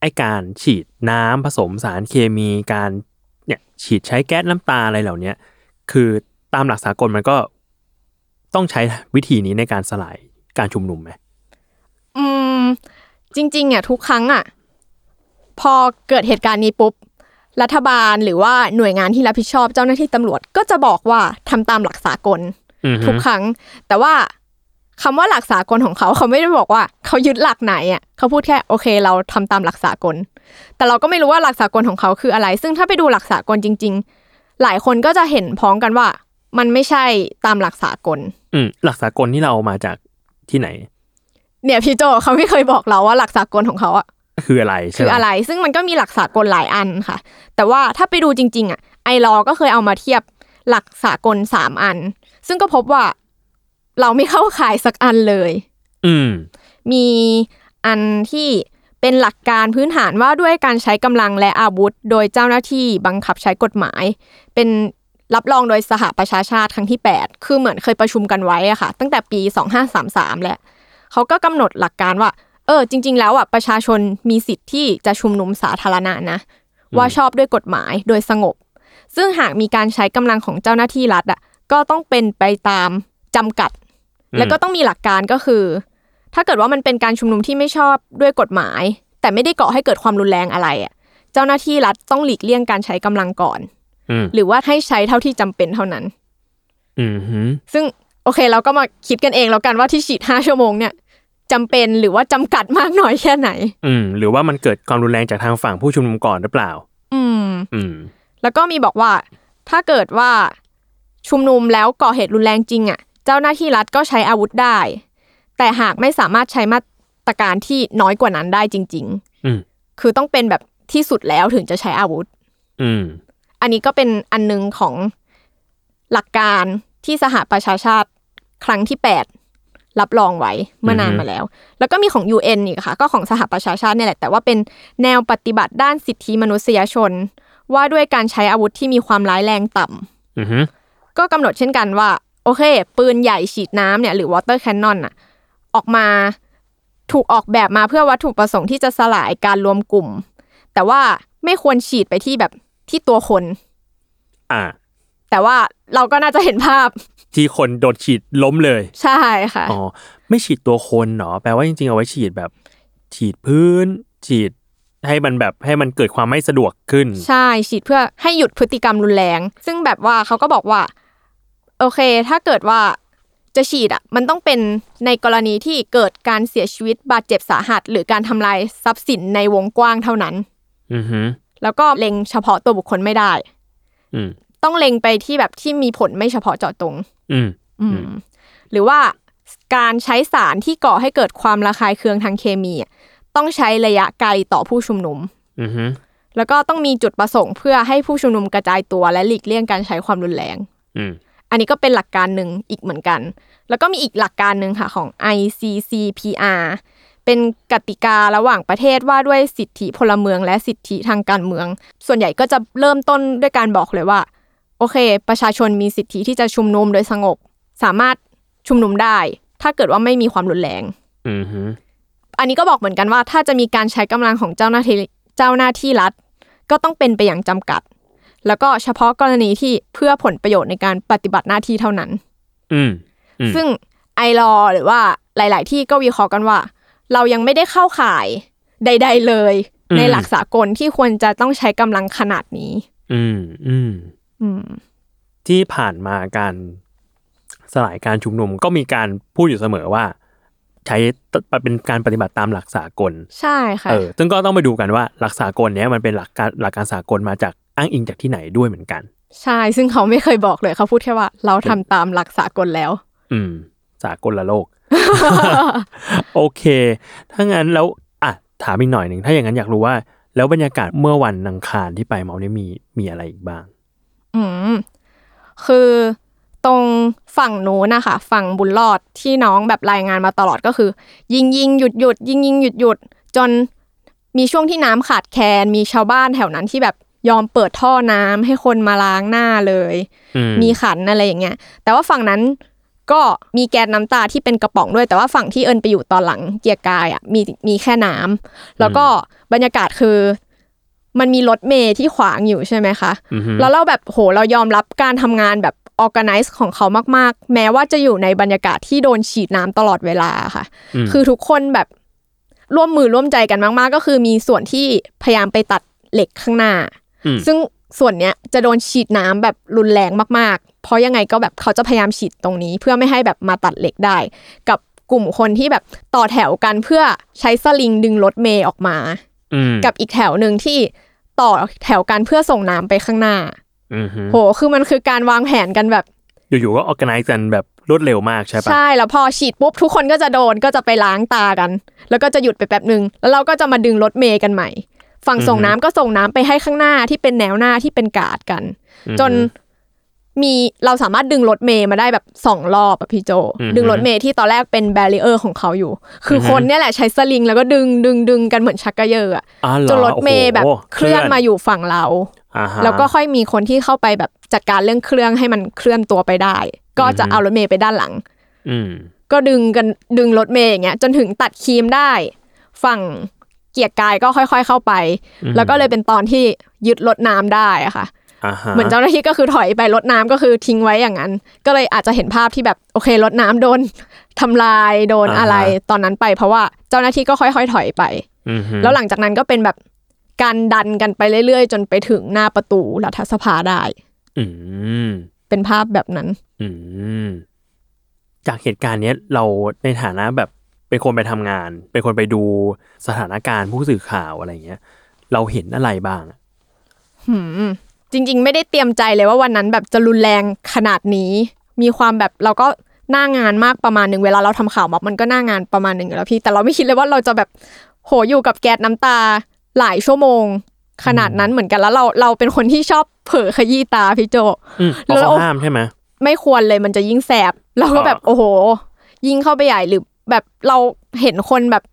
[SPEAKER 2] ไอการฉีดน้ำผสมสารเคมีการเนี่ยฉีดใช้แก๊สน้ำตาอะไรเหล่าเนี้ยคือตามหลักสากลมันก็ต้องใช้วิธีนี้ในการสลายการชุมนุมไหม
[SPEAKER 3] อืม จริงๆอ่ะทุกครั้งอ่ะ พอเกิดเหตุการณ์นี้ปุ๊บ รัฐบาลหรือว่าหน่วยงานที่รับผิดชอบเจ้าหน้าที่ตำรวจก็จะบอกว่าทำตามหลักสากล
[SPEAKER 2] อือฮึ
[SPEAKER 3] ทุกครั้ง แต่ว่าคำว่าหลักสากลของเขาเขาไม่ได้บอกว่าเขายึดหลักไหนอ่ะเขาพูดแค่โอเค เราทำตามหลักสากล แต่เราก็ไม่รู้ว่าหลักสากลของเขาคืออะไร ซึ่งถ้าไปดูหลักสากลจริง ๆ หลายคนก็จะเห็นพ้องกันว่า มันไม่ใช่ตามหลักสากล
[SPEAKER 2] อืมหลักสากลที่เราเอามาจากที่ไหน
[SPEAKER 3] เนี่ยพี่โจเขาไม่เคยบอกเราว่าหลักสากลของเขาอ่ะ
[SPEAKER 2] คืออะไรใช่
[SPEAKER 3] คือ
[SPEAKER 2] ไหม
[SPEAKER 3] อะไร ซึ่งมันก็มีหลักสากลหลายอันค่ะ แต่ว่าถ้าไปดูจริง ๆ อ่ะ ไอรอก็เคยเอามาเทียบหลักสากลสามอัน ซึ่งก็พบว่าเราไม่เข้าข่ายสักอันเลย
[SPEAKER 2] อืม
[SPEAKER 3] มีอันที่เป็นหลักการพื้นฐานว่าด้วยการใช้กำลังและอาวุธ โดยเจ้าหน้าที่บังคับใช้กฎหมาย เป็นรับรองโดยสหประชาชาติครั้งที่ 8 คือเหมือนเคยประชุมกันไว้อะค่ะ ตั้งแต่ปี 2533 แล้วเขาก็กำหนดหลักการว่า เออ จริง ๆ แล้วอ่ะประชาชนมีสิทธิ์ที่จะชุมนุมสาธารณะนะ ว่าชอบด้วยกฎหมายโดยสงบ ซึ่งหากมีการใช้กำลังของเจ้าหน้าที่รัฐอ่ะก็ต้องเป็นไปตามจำกัด
[SPEAKER 2] อืม
[SPEAKER 3] แล้วก็ต้องมีหลักการก็คือ ถ้าเกิดว่ามันเป็นการชุมนุมที่ไม่ชอบด้วยกฎหมาย แต่ไม่ได้ก่อให้เกิดความรุนแรงอะไรอ่ะเจ้าหน้าที่รัฐต้องหลีกเลี่ยงการใช้กำลังก่อน
[SPEAKER 2] อืม
[SPEAKER 3] หรือว่าให้ใช้เท่าที่จำเป็นเท่านั้น
[SPEAKER 2] อืมฮึ
[SPEAKER 3] ซึ่งโอเคเราก็มาคิดกันเองแล้วกันว่าที่ฉีด 5 ชั่วโมงเนี่ยจำเป็นหรือว่าจำกัดมากน้อยแค่ไหน
[SPEAKER 2] อืม หรือว่ามันเกิดความรุนแรงจากทางฝั่งผู้ชุมนุมก่อนหรือเปล่า
[SPEAKER 3] อืม
[SPEAKER 2] อืม
[SPEAKER 3] แล้วก็มีบอกว่า ถ้าเกิดว่าชุมนุมแล้วก่อเหตุรุนแรงจริงอ่ะ เจ้าหน้าที่รัฐก็ใช้อาวุธได้ แต่หากไม่สามารถใช้มาตรการที่น้อยกว่านั้นได้จริง
[SPEAKER 2] อืม
[SPEAKER 3] ๆ คือต้องเป็นแบบที่สุดแล้วถึงจะใช้อาวุธ
[SPEAKER 2] อืม
[SPEAKER 3] อันนี้ก็เป็นอันหนึงของหลักการที่สหประชาชาติครั้งที่ 8 รับรองไว้เมื่อนาน
[SPEAKER 2] อือฮึ
[SPEAKER 3] มาแล้ว แล้วก็มีของ UN อีกค่ะ ก็ของสหประชาชาติเนี่ยแหละ แต่ว่าเป็นแนวปฏิบัติด้านสิทธิมนุษยชน ว่าด้วยการใช้อาวุธที่มีความร้ายแรงต่ำ
[SPEAKER 2] อือฮึ
[SPEAKER 3] ก็กำหนดเช่นกันว่า โอเค ปืนใหญ่ฉีดน้ำเนี่ยหรือ water cannon น่ะออกมาถูกออกแบบมาเพื่อวัตถุประสงค์ที่จะสลายการรวมกลุ่ม แต่ว่าไม่ควรฉีดไปที่แบบที่ตัวคน
[SPEAKER 2] อ่า
[SPEAKER 3] แต่ว่าเราก็น่าจะเห็นภาพ
[SPEAKER 2] ที่คนโดดฉีดล้มเลย
[SPEAKER 3] ใช่ค่ะ
[SPEAKER 2] อ๋อ ไม่ฉีดตัวคนเหรอ แปลว่าจริงๆ เอาไว้ฉีดแบบ ฉีดพื้น ฉีดให้มันแบบให้มันเกิดความไม่สะดวกขึ้น
[SPEAKER 3] ใช่ฉีดเพื่อให้หยุดพฤติกรรมรุนแรง ซึ่งแบบว่าเขาก็บอกว่า โอเค ถ้าเกิดว่าจะฉีดอ่ะ มันต้องเป็นในกรณีที่เกิดการเสียชีวิตบาดเจ็บสาหัส หรือการทำลายทรัพย์สินในวงกว้างเท่านั้น
[SPEAKER 2] อือฮึ
[SPEAKER 3] แล้วก็เล็งเฉพาะตัวบุคคลไม่ได้
[SPEAKER 2] อืม
[SPEAKER 3] ต้องเล็งไปที่แบบที่มีผลไม่เฉพาะเจาะจง
[SPEAKER 2] อืม
[SPEAKER 3] อืมหรือว่า การใช้สารที่ก่อให้เกิดความระคายเคืองทางเคมีอะต้องใช้ระยะไกลต่อผู้ชุมนุม
[SPEAKER 2] อือฮึ
[SPEAKER 3] แล้วก็ต้องมีจุดประสงค์เพื่อให้ผู้ชุมนุมกระจายตัวและหลีกเลี่ยงการใช้ความรุนแรง
[SPEAKER 2] อืม
[SPEAKER 3] อันนี้ก็เป็นหลักการหนึ่งอีกเหมือนกัน แล้วก็มีอีกหลักการหนึ่งค่ะของ ICCPR เป็นกติการะหว่างประเทศว่าด้วยสิทธิพลเมืองและสิทธิทางการเมือง ส่วนใหญ่ก็จะเริ่มต้นด้วยการบอกเลยว่า โอเค ประชาชนมีสิทธิที่จะชุมนุมโดยสงบ สามารถชุมนุมได้ ถ้าเกิดว่าไม่มีความรุนแรง
[SPEAKER 2] อือฮึ
[SPEAKER 3] อันนี้ก็บอกเหมือนกันว่าถ้าจะมีการใช้กำลังของเจ้าหน้าที่เจ้าหน้าที่รัฐ ก็ต้องเป็นไปอย่างจำกัด แล้วก็เฉพาะกรณีที่เพื่อผลประโยชน์ในการปฏิบัติหน้าที่เท่านั้น
[SPEAKER 2] อืม อืม
[SPEAKER 3] ซึ่งไอรอหรือว่าหลาย ๆ ที่ก็วิเคราะห์กันว่า เรายังไม่ได้เข้าข่ายใด ๆ เลย
[SPEAKER 2] อืม
[SPEAKER 3] ในหลักสากลที่ควรจะต้องใช้กำลังขนาดนี้
[SPEAKER 2] อืมอืม
[SPEAKER 3] อืม
[SPEAKER 2] ที่ผ่านมาการสลายการชุมนุมก็มีการพูดอยู่เสมอว่า ใช้ตเป็นการปฏิบัติตามหลักสากล
[SPEAKER 3] ใช่ค่ะ
[SPEAKER 2] เออ ซึ่งก็ต้องไปดูกันว่าหลักสากลเนี้ยมันเป็นหลักการหลักการสากลมาจากอ้างอิงจากที่ไหนด้วยเหมือนกัน
[SPEAKER 3] ใช่ ซึ่งเขาไม่เคยบอกเลยเขาพูดแค่ว่า เราทำตามหลักสากลแล้ว
[SPEAKER 2] อืม สากลละ โลก โอเค ถ้างั้นแล้วอ่ะถามอีกหน่อยหนึ่ง ถ้าอย่างนั้นอยากรู้ว่า แล้วบรรยากาศเมื่อวันอังคารที่ไปเมาเนี่ยมีมีอะไรอีกบ้าง
[SPEAKER 3] อืมคือตรงฝั่งนู้นนะคะฝั่งบุญรอดที่น้องแบบรายงานมาตลอดก็คือ ยิงยิงหยุดหยุดยิงยิงหยุดหยุดจนมีช่วงที่น้ำขาดแคลนมีชาวบ้านแถวนั้นที่แบบยอมเปิดท่อน้ำให้คนมาล้างหน้าเลย
[SPEAKER 2] อื
[SPEAKER 3] มีขันอะไรอย่างเงี้ย แต่ว่าฝั่งนั้นก็มีแกนน้ำตาที่เป็นกระป๋องด้วย แต่ว่าฝั่งที่เอิญไปอยู่ตอนหลังเกียร์กายอ่ะมีมีแค่น้ำแล้วก็บรรยากาศคือ มันมีรถเมย์ที่ขวางอยู่ใช่ไหมคะ
[SPEAKER 2] อือฮึ
[SPEAKER 3] แล้วเราแบบโหเรายอมรับการทำงานแบบ organize ของเขามากๆ แม้ว่าจะอยู่ในบรรยากาศที่โดนฉีดน้ำตลอดเวลาค่ะ
[SPEAKER 2] ม
[SPEAKER 3] คือทุกคนแบบร่วมมือร่วมใจกันมาก ๆ ก็คือมีส่วนที่พยายามไปตัดเหล็กข้างหน้า
[SPEAKER 2] ม
[SPEAKER 3] ซึ่งส่วนเนี้ยจะโดนฉีดน้ำแบบรุนแรงมากๆ เพราะยังไงก็แบบเขาจะพยายามฉีดตรงนี้ เพื่อไม่ให้แบบมาตัดเหล็กได้ กับกลุ่มคนที่แบบต่อแถวกันเพื่อใช้สลิงดึงรถเมย์ออกมา
[SPEAKER 2] อืม
[SPEAKER 3] กับอีกแถวหนึ่งที่ต่อแถวกันเพื่อส่งน้ำไปข้างหน้า
[SPEAKER 2] อือฮึ
[SPEAKER 3] โห คือมันคือการวางแผนกันแบบ
[SPEAKER 2] อยู่ๆก็ออแกไนซ์กันแบบรวดเร็วมากใช่ปะ
[SPEAKER 3] ใช่ แล้วพอฉีดปุ๊บทุกคนก็จะโดนก็จะไปล้างตากัน แล้วก็จะหยุดไปแป๊บหนึ่งแล้วเราก็จะมาดึงรถเมย์กันใหม่ ฝั่งส่งน้ำก็ส่งน้ำไปให้ข้างหน้าที่เป็นแนวหน้าที่เป็นการ์ดกัน
[SPEAKER 2] อือฮึ
[SPEAKER 3] จนมีเราสามารถดึงรถเมย์มาได้แบบสองรอบอะพี่โจ
[SPEAKER 2] อือฮึ
[SPEAKER 3] ดึงรถเมย์ที่ตอนแรกเป็นแบรีเออร์ของเขาอยู่ คืออ
[SPEAKER 2] อฮึ
[SPEAKER 3] คนเนี่ยแหละใช้สลิงแล้วก็ดึงดึงดึงกันเหมือนชักกระเยอะอะ
[SPEAKER 2] อ๋อหอ
[SPEAKER 3] จนรถเมย์แบบ
[SPEAKER 2] โอ้โห
[SPEAKER 3] เคลื่อนมาอยู่ฝั่งเรา
[SPEAKER 2] อ่าฮะ
[SPEAKER 3] แล้วก็ค่อยมีคนที่เข้าไปแบบจัดการเรื่องเครื่องให้มันเคลื่อนตัวไปได้ ก็จะ
[SPEAKER 2] อือฮึ
[SPEAKER 3] เอารถเมย์ไปด้านหลัง
[SPEAKER 2] อืม
[SPEAKER 3] ก็ดึงกันดึงรถเมย์อย่างเงี้ยจนถึงตัดครีมได้ ฝั่งเกียร์กายก็ค่อย ๆเข้าไป แล้วก็เลยเป็นตอนที่ยึดรถน้ำได้อะค่ะ
[SPEAKER 2] อ่าฮะ
[SPEAKER 3] เหมือนเจ้าหน้าที่ก็คือถอยไปรถน้ำก็คือทิ้งไว้อย่างนั้น ก็เลยอาจจะเห็นภาพที่แบบโอเครถน้ำโดนทำลายโดนอะไรตอนนั้นไป เพราะว่าเจ้าหน้าที่ก็ค่อย ๆ ถอยไป
[SPEAKER 2] อือฮึ
[SPEAKER 3] แล้วหลังจากนั้นก็เป็นแบบการดันกันไปเรื่อยๆ จนไปถึงหน้าประตูรัฐสภาได้
[SPEAKER 2] อืม
[SPEAKER 3] เป็นภาพแบบนั้น
[SPEAKER 2] อืมจากเหตุการณ์เนี้ยเราในฐานะแบบเป็นคนไปทำงาน เป็นคนไปดูสถานการณ์ผู้สื่อข่าวอะไรเงี้ย เราเห็นอะไรบ้างอะ
[SPEAKER 3] หืมจริงๆ ไม่ได้เตรียมใจเลยว่าวันนั้นแบบจะรุนแรงขนาดนี้ มีความแบบเราก็หน้างานมากประมาณหนึ่งเวลาเราทำข่าวม็อบมันก็หน้างานประมาณหนึ่งอยู่แล้วพี่แต่เราไม่คิดเลยว่าเราจะแบบโหอยู่กับแก๊สน้ำตาหลายชั่วโมง ขนาดนั้นเหมือนกันแล้วเราเราเป็นคนที่ชอบเผลอขยี้ตาพี่โจ
[SPEAKER 2] อืมเพราะ
[SPEAKER 3] แล้ว
[SPEAKER 2] เขาห้ามใช่ไหม
[SPEAKER 3] ไม่ควรเลยมันจะยิ่งแสบเราก็แบบ
[SPEAKER 2] อ่า
[SPEAKER 3] โอ้โห ยิ่งเข้าไปใหญ่หรือแบบเราเห็นคนแบบ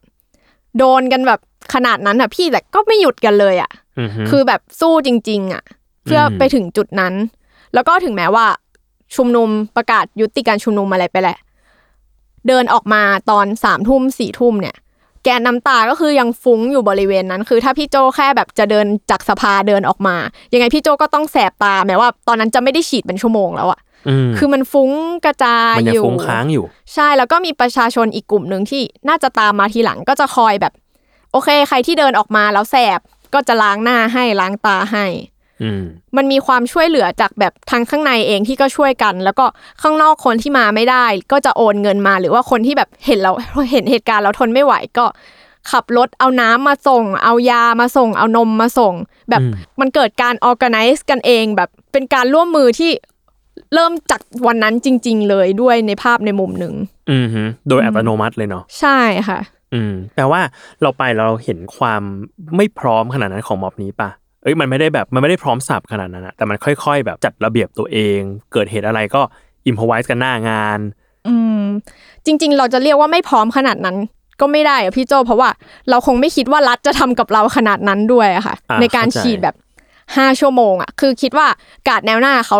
[SPEAKER 3] โดนกันแบบขนาดนั้นอะพี่แต่ก็ไม่หยุดกันเลยอะ
[SPEAKER 2] อือฮึ
[SPEAKER 3] คือแบบสู้จริง ๆ อ่ะ เพื่ออ
[SPEAKER 2] ม
[SPEAKER 3] ไปถึงจุดนั้น แล้วก็ถึงแม้ว่า ชุมนุมประกาศยุติการชุมนุมอะไรไปแหละ เดินออกมาตอนสามทุ่มสี่ทุ่มเนี่ย แกนน้ำตาก็คือยังฟุ้งอยู่บริเวณนั้น คือถ้าพี่โจแค่แบบจะเดินจากสภาเดินออกมา ยังไงพี่โจก็ต้องแสบตาแม้ว่า ตอนนั้นจะไม่ได้ฉีดเป็นชั่วโมงแล้วอะ
[SPEAKER 2] ม
[SPEAKER 3] คือมันฟุ้งกระจาย
[SPEAKER 2] มันยั
[SPEAKER 3] องยู่
[SPEAKER 2] คงค้างอยู่
[SPEAKER 3] ใช่แล้วก็มีประชาชนอีกกลุ่มหนึ่งที่น่าจะตามมาทีหลังก็จะคอยแบบ โอเค ใครที่เดินออกมาแล้วแสบก็จะล้างหน้าให้ล้างตาให้
[SPEAKER 2] อืม
[SPEAKER 3] มันมีความช่วยเหลือจากแบบทางข้างในเองที่ก็ช่วยกัน แล้วก็ข้างนอกคนที่มาไม่ได้ ก็จะโอนเงินมาหรือว่าคนที่แบบเห็นเรา เห็นเหตุการณ์แล้วทนไม่ไหวก็ขับรถเอาน้ำมาส่ง เอายามาส่ง เอานมมาส่ง แบบ
[SPEAKER 2] อืม
[SPEAKER 3] มันเกิดการ organize กันเองแบบเป็นการร่วมมือที่ เริ่มจากวันนั้นจริง ๆ เลยด้วยในภาพในมุมหนึ่ง
[SPEAKER 2] อืมฮึโดยอัตโนมัติเลยเนาะ
[SPEAKER 3] ใช่ค่ะ
[SPEAKER 2] อืมแปลว่าเราไปเราเห็นความไม่พร้อมขนาดนั้นของม็อบนี้ปะเอ้ยมันไม่ได้แบบมันไม่ได้พร้อมสับขนาดนั้นอะแต่มันค่อย ๆ แบบจัดระเบียบตัวเอง เกิดเหตุอะไรก็อิมพอไวส์กันหน้างาน
[SPEAKER 3] อืมจริง ๆ เราจะเรียกว่าไม่พร้อมขนาดนั้นก็ไม่ได้อะพี่โจเพราะว่าเราคงไม่คิดว่ารัฐจะทำกับเราขนาดนั้นด้วยอะค่ะ
[SPEAKER 2] อ่า
[SPEAKER 3] ในการ
[SPEAKER 2] เข้าใจ
[SPEAKER 3] ฉีดแบบห้าชั่วโมงอะคือคิดว่ากาดแนวหน้าเขา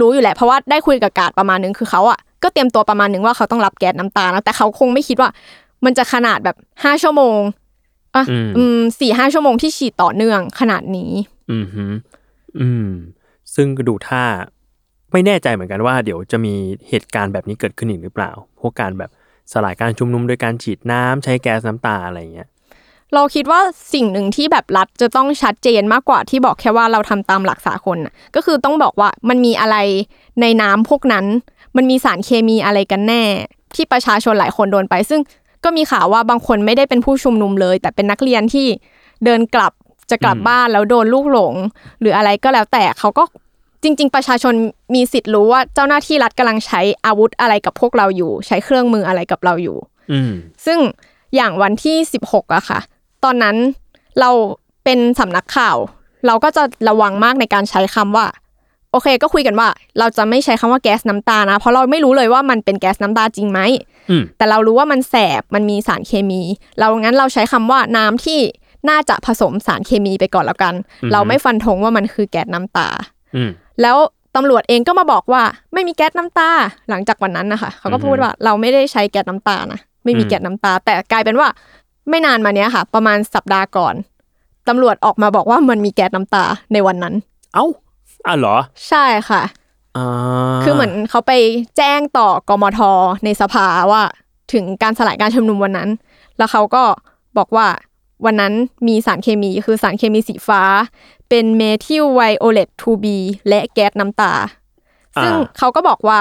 [SPEAKER 3] รู้อยู่แหละเพราะว่าได้คุยกับกาดประมาณนึงคือเขาอะก็เตรียมตัวประมาณนึงว่าเขาต้องรับแก๊สน้ำตานะแต่เขาคงไม่คิดว่า มันจะขนาดแบบห้าชั่วโมงอ่ะ
[SPEAKER 2] อืม
[SPEAKER 3] อืมสี่ห้าชั่วโมงที่ฉีดต่อเนื่องขนาดนี้
[SPEAKER 2] อืมฮึอืม ซึ่งก็ดูท่าไม่แน่ใจเหมือนกันว่า เดี๋ยวจะมีเหตุการณ์แบบนี้เกิดขึ้นอีกหรือเปล่า พวกการแบบสลายการชุมนุมโดยการฉีดน้ำใช้แก๊สน้ำตาอะไรเงี้ย
[SPEAKER 3] เราคิดว่าสิ่งหนึ่งที่แบบรัฐจะต้องชัดเจนมากกว่าที่บอกแค่ว่าเราทำตามหลักสากลน่ะก็คือต้องบอกว่ามันมีอะไรในน้ำพวกนั้น มันมีสารเคมีอะไรกันแน่ ที่ประชาชนหลายคนโดนไป ซึ่งก็มีข่าวว่าบางคนไม่ได้เป็นผู้ชุมนุมเลย แต่เป็นนักเรียนที่เดินกลับจะกลับบ้านแล้วโดนลูกหลง หรืออะไรก็แล้วแต่เขาก็จริง ๆ ประชาชนมีสิทธิ์รู้ว่าเจ้าหน้าที่รัฐกำลังใช้อาวุธอะไรกับพวกเราอยู่ ใช้เครื่องมืออะไรกับเราอยู่
[SPEAKER 2] อืม
[SPEAKER 3] ซึ่งอย่างวันที่ 16อะค่ะ ตอนนั้นเราเป็นสำนักข่าว เราก็จะระวังมากในการใช้คำว่า โอเค ก็คุยกันว่า เราจะไม่ใช้คำว่าแก๊สน้ำตานะ เพราะเราไม่รู้เลยว่ามันเป็นแก๊สน้ำตาจริงไหม
[SPEAKER 2] อืม
[SPEAKER 3] แต่เรารู้ว่ามันแสบ มันมีสารเคมี เรางั้นเราใช้คำว่าน้ำที่น่าจะผสมสารเคมีไปก่อนแล้วกัน
[SPEAKER 2] อือฮึ
[SPEAKER 3] เราไม่ฟันธงว่ามันคือแก๊สน้ำตา
[SPEAKER 2] อืม
[SPEAKER 3] แล้วตำรวจเองก็มาบอกว่าไม่มีแก๊สน้ำตาหลังจากวันนั้นนะคะเขาก็พูด
[SPEAKER 2] อือฮึ
[SPEAKER 3] ว่าเราไม่ได้ใช้แก๊สน้ำตานะไม่มี
[SPEAKER 2] อืม
[SPEAKER 3] แก๊สน้ำตา แต่กลายเป็นว่าไม่นานมาเนี้ยค่ะ ประมาณสัปดาห์ก่อนตำรวจออกมาบอกว่ามันมีแก๊สน้ำตาในวันนั้น
[SPEAKER 2] เอ้าอ่ะเหรอ
[SPEAKER 3] ใช่ค่ะ
[SPEAKER 2] อ่า
[SPEAKER 3] คือเหมือนเขาไปแจ้งต่อกมทในสภาว่าถึงการสลายการชุมนุมวันนั้น แล้วเขาก็บอกว่าวันนั้นมีสารเคมีคือสารเคมีสีฟ้า เป็นเมทิลไวโอเลต 2B และแก๊สน้ำตา ซึ่ง
[SPEAKER 2] อ่า
[SPEAKER 3] เขาก็บอกว่า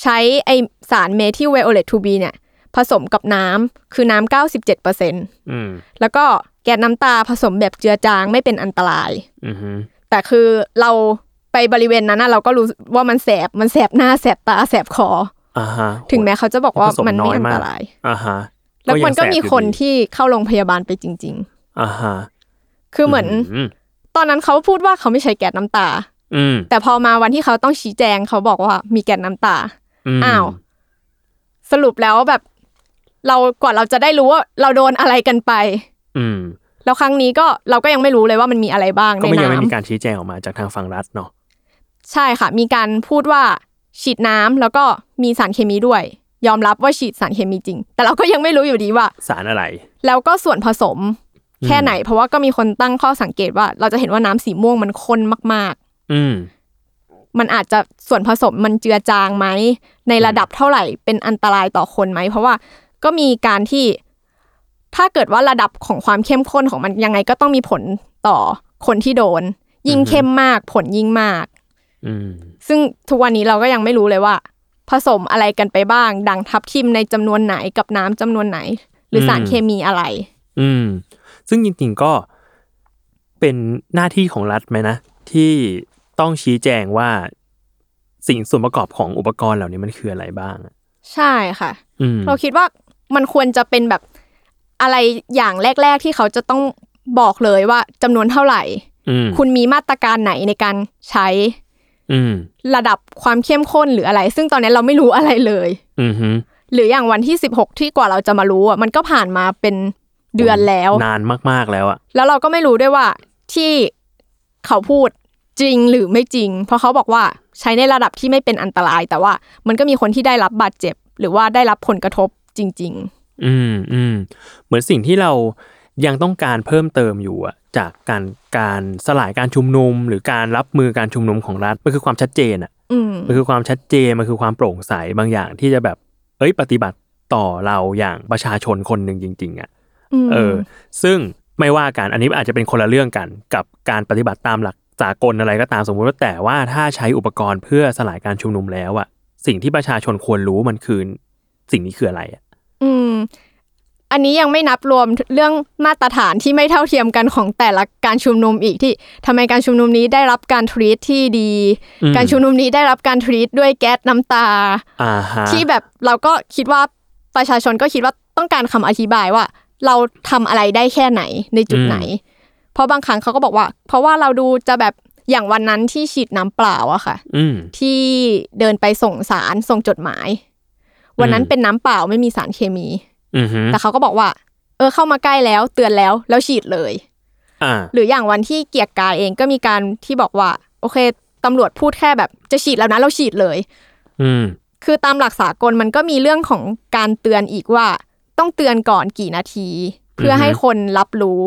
[SPEAKER 3] ใช้ไอสารเมทิลไวโอเลต 2B เนี่ย ผสมกับน้ำคือน้ำ97%
[SPEAKER 2] อืม
[SPEAKER 3] แล้วก็แก๊สน้ำตาผสมแบบเจือจางไม่เป็นอันตราย
[SPEAKER 2] อืมฮึ
[SPEAKER 3] แต่คือเราไปบริเวณนั้นนะเราก็รู้ว่ามันแสบมันแสบหน้าแสบตาแสบคอ
[SPEAKER 2] อ่าฮะ
[SPEAKER 3] ถึงแม้เขาจะบอกว่า
[SPEAKER 2] ผส
[SPEAKER 3] มันไม่
[SPEAKER 2] อย
[SPEAKER 3] อันตราย
[SPEAKER 2] อ่าฮะ
[SPEAKER 3] แล้วมันก็
[SPEAKER 2] ยังแสบ
[SPEAKER 3] มี
[SPEAKER 2] อยู่
[SPEAKER 3] คน
[SPEAKER 2] ดี
[SPEAKER 3] ที่เข้าโรงพยาบาลไปจริง
[SPEAKER 2] อ่าฮะ
[SPEAKER 3] ๆ คือเหมือน
[SPEAKER 2] อืม
[SPEAKER 3] ตอนนั้นเขาพูดว่าเขาไม่ใช้แก๊สน้ำตา
[SPEAKER 2] อืม
[SPEAKER 3] แต่พอมาวันที่เขาต้องชี้แจงเขาบอกว่ามีแก๊สน้ำตา
[SPEAKER 2] ม
[SPEAKER 3] อ้าว สรุปแล้วแบบ เรากว่าเราจะได้รู้ว่าเราโดนอะไรกันไป
[SPEAKER 2] อืม
[SPEAKER 3] แล้วครั้งนี้ก็เราก็ยังไม่รู้เลยว่ามันมีอะไรบ้าง
[SPEAKER 2] ก็
[SPEAKER 3] ใน
[SPEAKER 2] ไม่ยังไม่มี
[SPEAKER 3] น้ำ
[SPEAKER 2] การชี้แจงออกมาจากทางฝั่งรัฐเนาะ
[SPEAKER 3] ใช่ค่ะ มีการพูดว่าฉีดน้ำแล้วก็มีสารเคมีด้วย ยอมรับว่าฉีดสารเคมีจริง แต่เราก็ยังไม่รู้อยู่ดีว่า
[SPEAKER 2] สารอะไร
[SPEAKER 3] แล้วก็ส่วนผสม
[SPEAKER 2] อืม
[SPEAKER 3] แค่ไหน เพราะว่าก็มีคนตั้งข้อสังเกตว่า เราจะเห็นว่าน้ำสีม่วงมันข้นมาก
[SPEAKER 2] อืม
[SPEAKER 3] ๆ มันอาจจะส่วนผสมมันเจือจางไหม ในระดับเท่าไหร่เป็นอันตรายต่อคนไหม เพราะว่าก็มีการที่ ถ้าเกิดว่าระดับของความเข้มข้นของมันยังไงก็ต้องมีผลต่อคนที่โดน ยิ่ง
[SPEAKER 2] อือฮึ
[SPEAKER 3] เข้มมากผลยิ่งมาก
[SPEAKER 2] อืม
[SPEAKER 3] ซึ่งทุกวันนี้เราก็ยังไม่รู้เลยว่า ผสมอะไรกันไปบ้าง ดังทับทิมในจำนวนไหนกับน้ำจำนวนไหน หรือสาร
[SPEAKER 2] อืม
[SPEAKER 3] เคมีอะไร
[SPEAKER 2] อืม ซึ่งจริงๆก็เป็นหน้าที่ของรัฐไหมนะ ที่ต้องชี้แจงว่าสิ่งส่วนประกอบของอุปกรณ์เหล่านี้มันคืออะไรบ้างอะ
[SPEAKER 3] ใช่ค่ะ
[SPEAKER 2] อืม
[SPEAKER 3] เราคิดว่ามันควรจะเป็นแบบอะไรอย่างแรก ๆ ที่เขาจะต้องบอกเลยว่าจำนวนเท่าไหร่
[SPEAKER 2] อืม
[SPEAKER 3] คุณมีมาตรการไหนในการใช้
[SPEAKER 2] อืม
[SPEAKER 3] ระดับความเข้มข้นหรืออะไร ซึ่งตอนนี้เราไม่รู้อะไรเลย
[SPEAKER 2] อืมฮึ
[SPEAKER 3] หรืออย่างวันที่ 16 ที่กว่าเราจะมารู้อ่ะมันก็ผ่านมาเป็นเดือนแล้ว
[SPEAKER 2] นานมากๆแล้วอะ
[SPEAKER 3] แล้วเราก็ไม่รู้ด้วยว่าที่เขาพูดจริงหรือไม่จริง เพราะเขาบอกว่าใช้ในระดับที่ไม่เป็นอันตราย แต่ว่ามันก็มีคนที่ได้รับบาดเจ็บ หรือว่าได้รับผลกระทบจริง ๆ
[SPEAKER 2] อืมอืมเหมือนสิ่งที่เรายังต้องการเพิ่มเติมอยู่อะจากการการสลายการชุมนุม หรือการรับมือการชุมนุมของรัฐมันคือความชัดเจนอะ
[SPEAKER 3] อืม
[SPEAKER 2] มันคือความชัดเจน มันคือความโปร่งใสบางอย่างที่จะแบบ เอ้ยปฏิบัติต่อเราอย่างประชาชนคนหนึ่งจริง ๆอะ่ะ เออ ซึ่งไม่ว่ากัน อันนี้อาจจะเป็นคนละเรื่องกัน กับการปฏิบัติตามหลักสากลอะไรก็ตามสมมุติว่าแต่ว่าถ้าใช้อุปกรณ์เพื่อสลายการชุมนุมแล้วอะ่ะ สิ่งที่ประชาชนควรรู้มันคือสิ่งนี้คืออะไรอะ่ะ
[SPEAKER 3] อืม อันนี้ยังไม่นับรวมเรื่องมาตรฐานที่ไม่เท่าเทียมกันของแต่ละการชุมนุมอีกที่ทำไมการชุมนุมนี้ได้รับการทรีตที่ดี
[SPEAKER 2] อืม
[SPEAKER 3] การชุมนุมนี้ได้รับการทรีตด้วยแก๊สน้ำตา
[SPEAKER 2] อ่าฮะ
[SPEAKER 3] ที่แบบเราก็คิดว่าประชาชนก็คิดว่าต้องการคำอธิบายว่า เราทำอะไรได้แค่ไหนในจุดไหน เพราะบางครั้งเขาก็บอกว่า เพราะว่าเราดูจะแบบอย่างวันนั้นที่ฉีดน้ำเปล่าอะค่ะ
[SPEAKER 2] อืม
[SPEAKER 3] ที่เดินไปส่งสารส่งจดหมาย วันนั้น
[SPEAKER 2] อืม
[SPEAKER 3] เป็นน้ำเปล่าไม่มีสารเคมี
[SPEAKER 2] อือฮึ
[SPEAKER 3] แต่เขาก็บอกว่า เออเข้ามาใกล้แล้วเตือนแล้วแล้วฉีดเลย
[SPEAKER 2] อ่า
[SPEAKER 3] หรืออย่างวันที่เกียรติกายเองก็มีการที่บอกว่า โอเคตำรวจพูดแค่แบบจะฉีดแล้วนะเราฉีดเลย
[SPEAKER 2] อืม
[SPEAKER 3] คือตามหลักสากลมันก็มีเรื่องของการเตือนอีกว่า ต้องเตือนก่อนกี่นาที เพื่อ
[SPEAKER 2] อฮึ
[SPEAKER 3] ให้คนรับรู้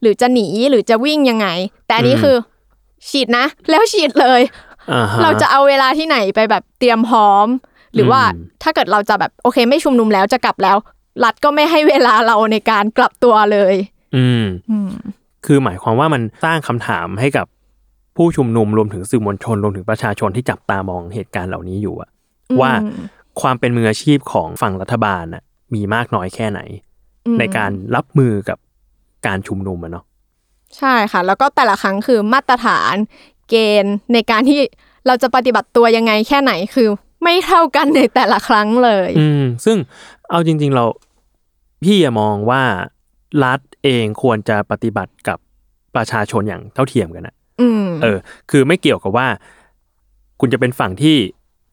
[SPEAKER 3] หรือจะหนีหรือจะวิ่งยังไง แต่อันนี้
[SPEAKER 2] อืม
[SPEAKER 3] คือ ฉีดนะ แล้วฉีดเลย
[SPEAKER 2] อ่าฮะ
[SPEAKER 3] เราจะเอาเวลาที่ไหนไปแบบเตรียมพร้อม หรือว่า
[SPEAKER 2] อืม
[SPEAKER 3] ถ้าเกิดเราจะแบบโอเค ไม่ชุมนุมแล้วจะกลับแล้ว รัฐก็ไม่ให้เวลาเราในการกลับตัวเลย
[SPEAKER 2] อืม
[SPEAKER 3] อืม
[SPEAKER 2] คือหมายความว่ามันสร้างคำถามให้กับผู้ชุมนุมรวมถึงสื่อมวลชนรวมถึงประชาชนที่จับตามองเหตุการณ์เหล่านี้อยู่อะ
[SPEAKER 3] อืม
[SPEAKER 2] ว่าความเป็นมืออาชีพของฝั่งรัฐบาลน่ะมีมากน้อยแค่ไหน
[SPEAKER 3] อืม
[SPEAKER 2] ในการรับมือกับการชุมนุมอะเนาะ
[SPEAKER 3] ใช่ค่ะ แล้วก็แต่ละครั้งคือมาตรฐาน เกณฑ์ในการที่เราจะปฏิบัติตัวยังไงแค่ไหนคือ ไม่เท่ากันในแต่ละครั้งเลย
[SPEAKER 2] อืม ซึ่งเอาจริง ๆเราพี่อะมองว่ารัฐเองควรจะปฏิบัติกับประชาชนอย่างเท่าเทียมกันอะ
[SPEAKER 3] อืม
[SPEAKER 2] เออ คือไม่เกี่ยวกับว่า คุณจะเป็นฝั่งที่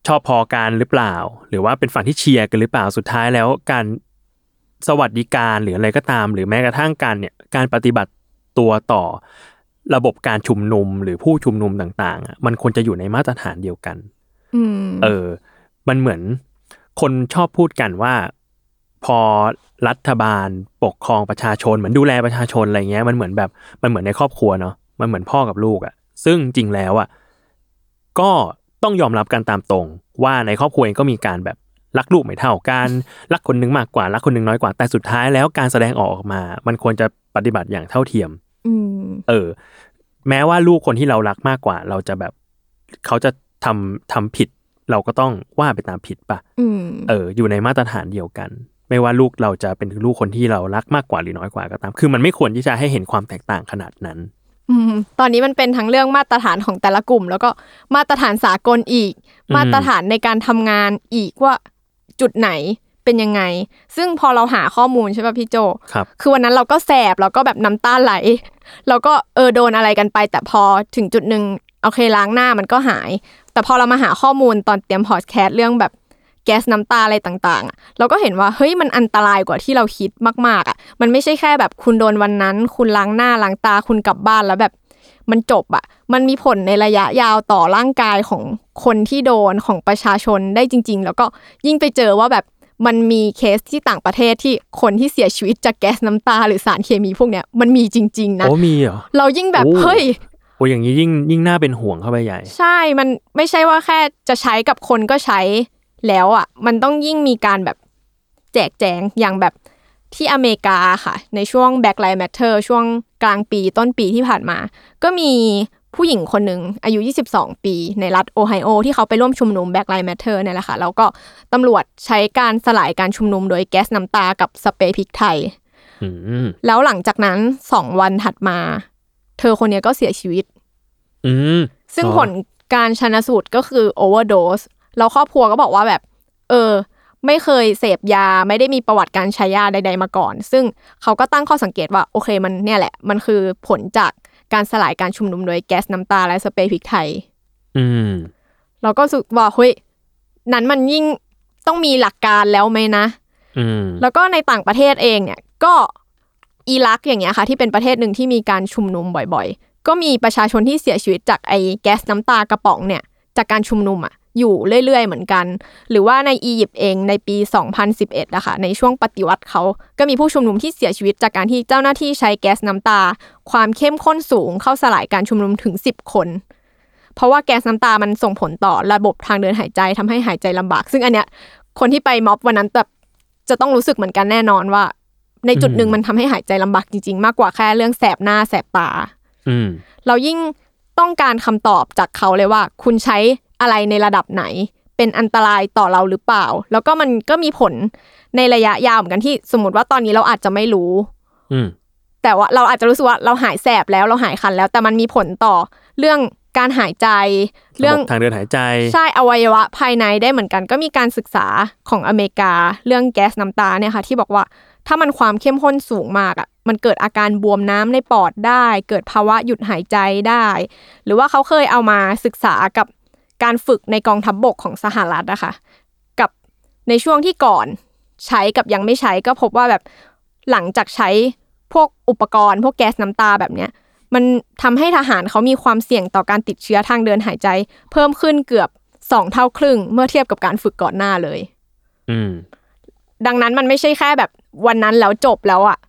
[SPEAKER 2] ชอบพอกันหรือเปล่า หรือว่าเป็นฝั่งที่เชียร์กันหรือเปล่า สุดท้ายแล้วการสวัสดิการหรืออะไรก็ตาม หรือแม้กระทั่งการเนี่ย การปฏิบัติตัวต่อระบบการชุมนุมหรือผู้ชุมนุมต่างๆอะมันควรจะอยู่ในมาตรฐานเดียวกัน
[SPEAKER 3] อืม
[SPEAKER 2] เออ มันเหมือนคนชอบพูดกันว่า พอรัฐบาลปกครองประชาชนเหมือนดูแลประชาชนอะไรเงี้ย มันเหมือนแบบมันเหมือนในครอบครัวเนาะมันเหมือนพ่อกับลูกอะ่ะ ซึ่งจริงแล้วอะ่ะก็ต้องยอมรับกันตามตรง ว่าในครอบครัวเองก็มีการแบบรักลูกไม่เท่ากัน รักคนหนึงมากกว่ารักคนหนึงน้อยกว่าแต่สุดท้ายแล้วการแสดงออกออกมา มันควรจะปฏิบัติอย่างเท่าเทียม
[SPEAKER 3] อืม
[SPEAKER 2] เออ แม้ว่าลูกคนที่เรารักมากกว่า เราจะแบบเขาจะทำทำผิด เราก็ต้องว่าไปตามผิดปะ
[SPEAKER 3] อืม
[SPEAKER 2] เออ อยู่ในมาตรฐานเดียวกัน ไม่ว่าลูกเราจะเป็นลูกคนที่เรารักมากกว่าหรือน้อยกว่าก็ตาม คือมันไม่ควรที่จะให้เห็นความแตกต่างขนาดนั้น
[SPEAKER 3] อืมตอนนี้มันเป็นทั้งเรื่องมาตรฐานของแต่ละกลุ่ม แล้วก็มาตรฐานสากลอีก
[SPEAKER 2] อืม
[SPEAKER 3] มาตรฐานในการทำงานอีกว่าจุดไหนเป็นยังไง ซึ่งพอเราหาข้อมูลใช่ป่ะพี่โจ
[SPEAKER 2] ครับ
[SPEAKER 3] คือวันนั้นเราก็แสบเราก็แบบน้ำตาไหล เราก็เออโดนอะไรกันไป แต่พอถึงจุดหนึ่งโอเคล้างหน้ามันก็หาย แต่พอเรามาหาข้อมูลตอนเตรียมพอดแคสต์เรื่องแบบแก๊สน้ำตาอะไรต่างๆอะเราก็เห็นว่าเฮ้ยมันอันตรายกว่าที่เราคิดมากๆอ่ะ มันไม่ใช่แค่แบบคุณโดนวันนั้น คุณล้างหน้าล้างตาคุณกลับบ้านแล้วแบบ มันจบอ่ะ มันมีผลในระยะยาวต่อร่างกายของคนที่โดนของประชาชนได้จริง ๆ แล้วก็ยิ่งไปเจอว่าแบบมันมีเคสที่ต่างประเทศที่คนที่เสียชีวิตจากแก๊สน้ำตาหรือสารเคมีพวกเนี้ยมันมีจริง ๆ นะ
[SPEAKER 2] โอ้มีเหรอ
[SPEAKER 3] เรายิ่งแบบ
[SPEAKER 2] โอ้
[SPEAKER 3] เฮ้ย
[SPEAKER 2] โอ้อย่างนี้ยิ่งยิ่งน่าเป็นห่วงเข้าไปใหญ่
[SPEAKER 3] ใช่ มันไม่ใช่ว่าแค่จะใช้กับคนก็ใช้แล้วอ่ะ มันต้องยิ่งมีการแบบแจกแจงอย่างแบบที่อเมริกาค่ะ ในช่วง Black Lives Matter ช่วงกลางปีต้นปีที่ผ่านมา ก็มีผู้หญิงคนหนึ่งอายุ 22 ปี ในรัฐโอไฮโอ ที่เขาไปร่วมชุมนุม Black Lives Matter เนี่ยแหละค่ะ แล้วก็ตำรวจใช้การสลายการชุมนุมโดยแก๊สน้ำตากับสเปรย์พริกไทย
[SPEAKER 2] อืม
[SPEAKER 3] แล้วหลังจากนั้นสองวันถัดมา เธอคนเนี้ยก็เสียชีวิต
[SPEAKER 2] อืม
[SPEAKER 3] ซึ่ง
[SPEAKER 2] อ๋อ
[SPEAKER 3] ผลการชนะสูตรก็คือโอเวอร์ e แล้วครอบครัวก็บอกว่าแบบ เออ ไม่เคยเสพยาไม่ได้มีประวัติการใช้ยาใด ๆ มาก่อน ซึ่งเขาก็ตั้งข้อสังเกตว่า โอเคมันเนี่ยแหละ มันคือผลจากการสลายการชุมนุมโดยแก๊สน้ำตาและสเปรย์พริกไทย
[SPEAKER 2] อืม
[SPEAKER 3] เราก็รู้สึกว่าเฮ้ยนั้นมันยิ่งต้องมีหลักการแล้วไหมนะ
[SPEAKER 2] อืม
[SPEAKER 3] แล้วก็ในต่างประเทศเองเนี่ยก็อิรักอย่างเงี้ยค่ะที่เป็นประเทศหนึ่งที่มีการชุมนุมบ่อยๆ ก็มีประชาชนที่เสียชีวิตจากไอ้แก๊สน้ำตากระป๋องเนี่ย จากการชุมนุมอะอยู่เรื่อยๆเหมือนกัน หรือว่าในอียิปต์เองในปี 2011นะคะในช่วงปฏิวัติเขาก็มีผู้ชุมนุมที่เสียชีวิตจากการที่เจ้าหน้าที่ใช้แก๊สน้ำตา ความเข้มข้นสูงเข้าสลายการชุมนุมถึง 10 คน เพราะว่าแก๊สน้ำตามันส่งผลต่อระบบทางเดินหายใจทำให้หายใจลำบาก ซึ่งอันเนี้ยคนที่ไปม็อบวันนั้นแบบจะต้องรู้สึกเหมือนกันแน่นอนว่า ในจุดหนึ่ง
[SPEAKER 2] อืม
[SPEAKER 3] มันทำให้หายใจลำบากจริง ๆ มากกว่าแค่เรื่องแสบหน้าแสบตา
[SPEAKER 2] อืม
[SPEAKER 3] เรายิ่งต้องการคำตอบจากเขาเลยว่า คุณใช้อะไรในระดับไหน เป็นอันตรายต่อเราหรือเปล่า แล้วก็มันก็มีผล ในระยะยาวเหมือนกันที่สมมติว่าตอนนี้เราอาจจะไม่รู้
[SPEAKER 2] อืม
[SPEAKER 3] แต่ว่าเราอาจจะรู้สึกว่าเราหายแสบแล้วเราหายคันแล้ว แต่มันมีผลต่อเรื่องการหายใจ เรื่อง
[SPEAKER 2] ระบบทางเดินหายใจ
[SPEAKER 3] ใช่อวัยวะภายในได้เหมือนกัน ก็มีการศึกษาของอเมริกา เรื่องแก๊สน้ำตาเนี่ยค่ะที่บอกว่าถ้ามันความเข้มข้นสูงมากอ่ะมันเกิดอาการบวมน้ำในปอดได้ เกิดภาวะหยุดหายใจได้ หรือว่าเขาเคยเอามาศึกษากับการฝึกในกองทัพบบกของสหรัฐนะคะ กับในช่วงที่ก่อนใช้กับยังไม่ใช้ก็พบว่าแบบหลังจากใช้พวกอุปกรณ์ พวกแก๊สน้ำตาแบบเนี้ยมันทำให้ทหารเขามีความเสี่ยงต่อการติดเชื้อทางเดินหายใจ เพิ่มขึ้นเกือบสองเท่าครึ่ง เมื่อเทียบกับการฝึกก่อนหน้าเลย
[SPEAKER 2] อืม
[SPEAKER 3] ดังนั้นมันไม่ใช่แค่แบบวันนั้นแล้วจบแล้วอะ่ะ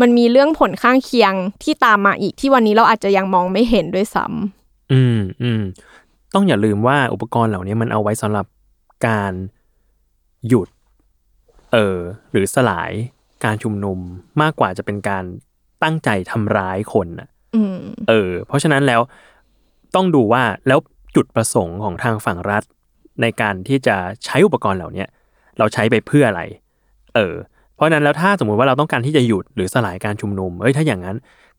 [SPEAKER 3] มันมีเรื่องผลข้างเคียงที่ตามมาอีกที่วันนี้เราอาจจะยังมองไม่เห็นด้วยซ้ำ
[SPEAKER 2] อืมอืมต้องอย่าลืมว่าอุปกรณ์เหล่านี้มันเอาไว้สำหรับการหยุด เออหรือสลายการชุมนุมมากกว่าจะเป็นการตั้งใจทำร้ายคนน่ะ
[SPEAKER 3] อืม
[SPEAKER 2] เออ เพราะฉะนั้นแล้วต้องดูว่าแล้วจุดประสงค์ของทางฝั่งรัฐ ในการที่จะใช้อุปกรณ์เหล่าเนี้ยเราใช้ไปเพื่ออะไร เออ เพราะฉะนั้นแล้วถ้าสมมุติว่าเราต้องการที่จะหยุดหรือสลายการชุมนุมเอ้ยถ้าอย่างนั้น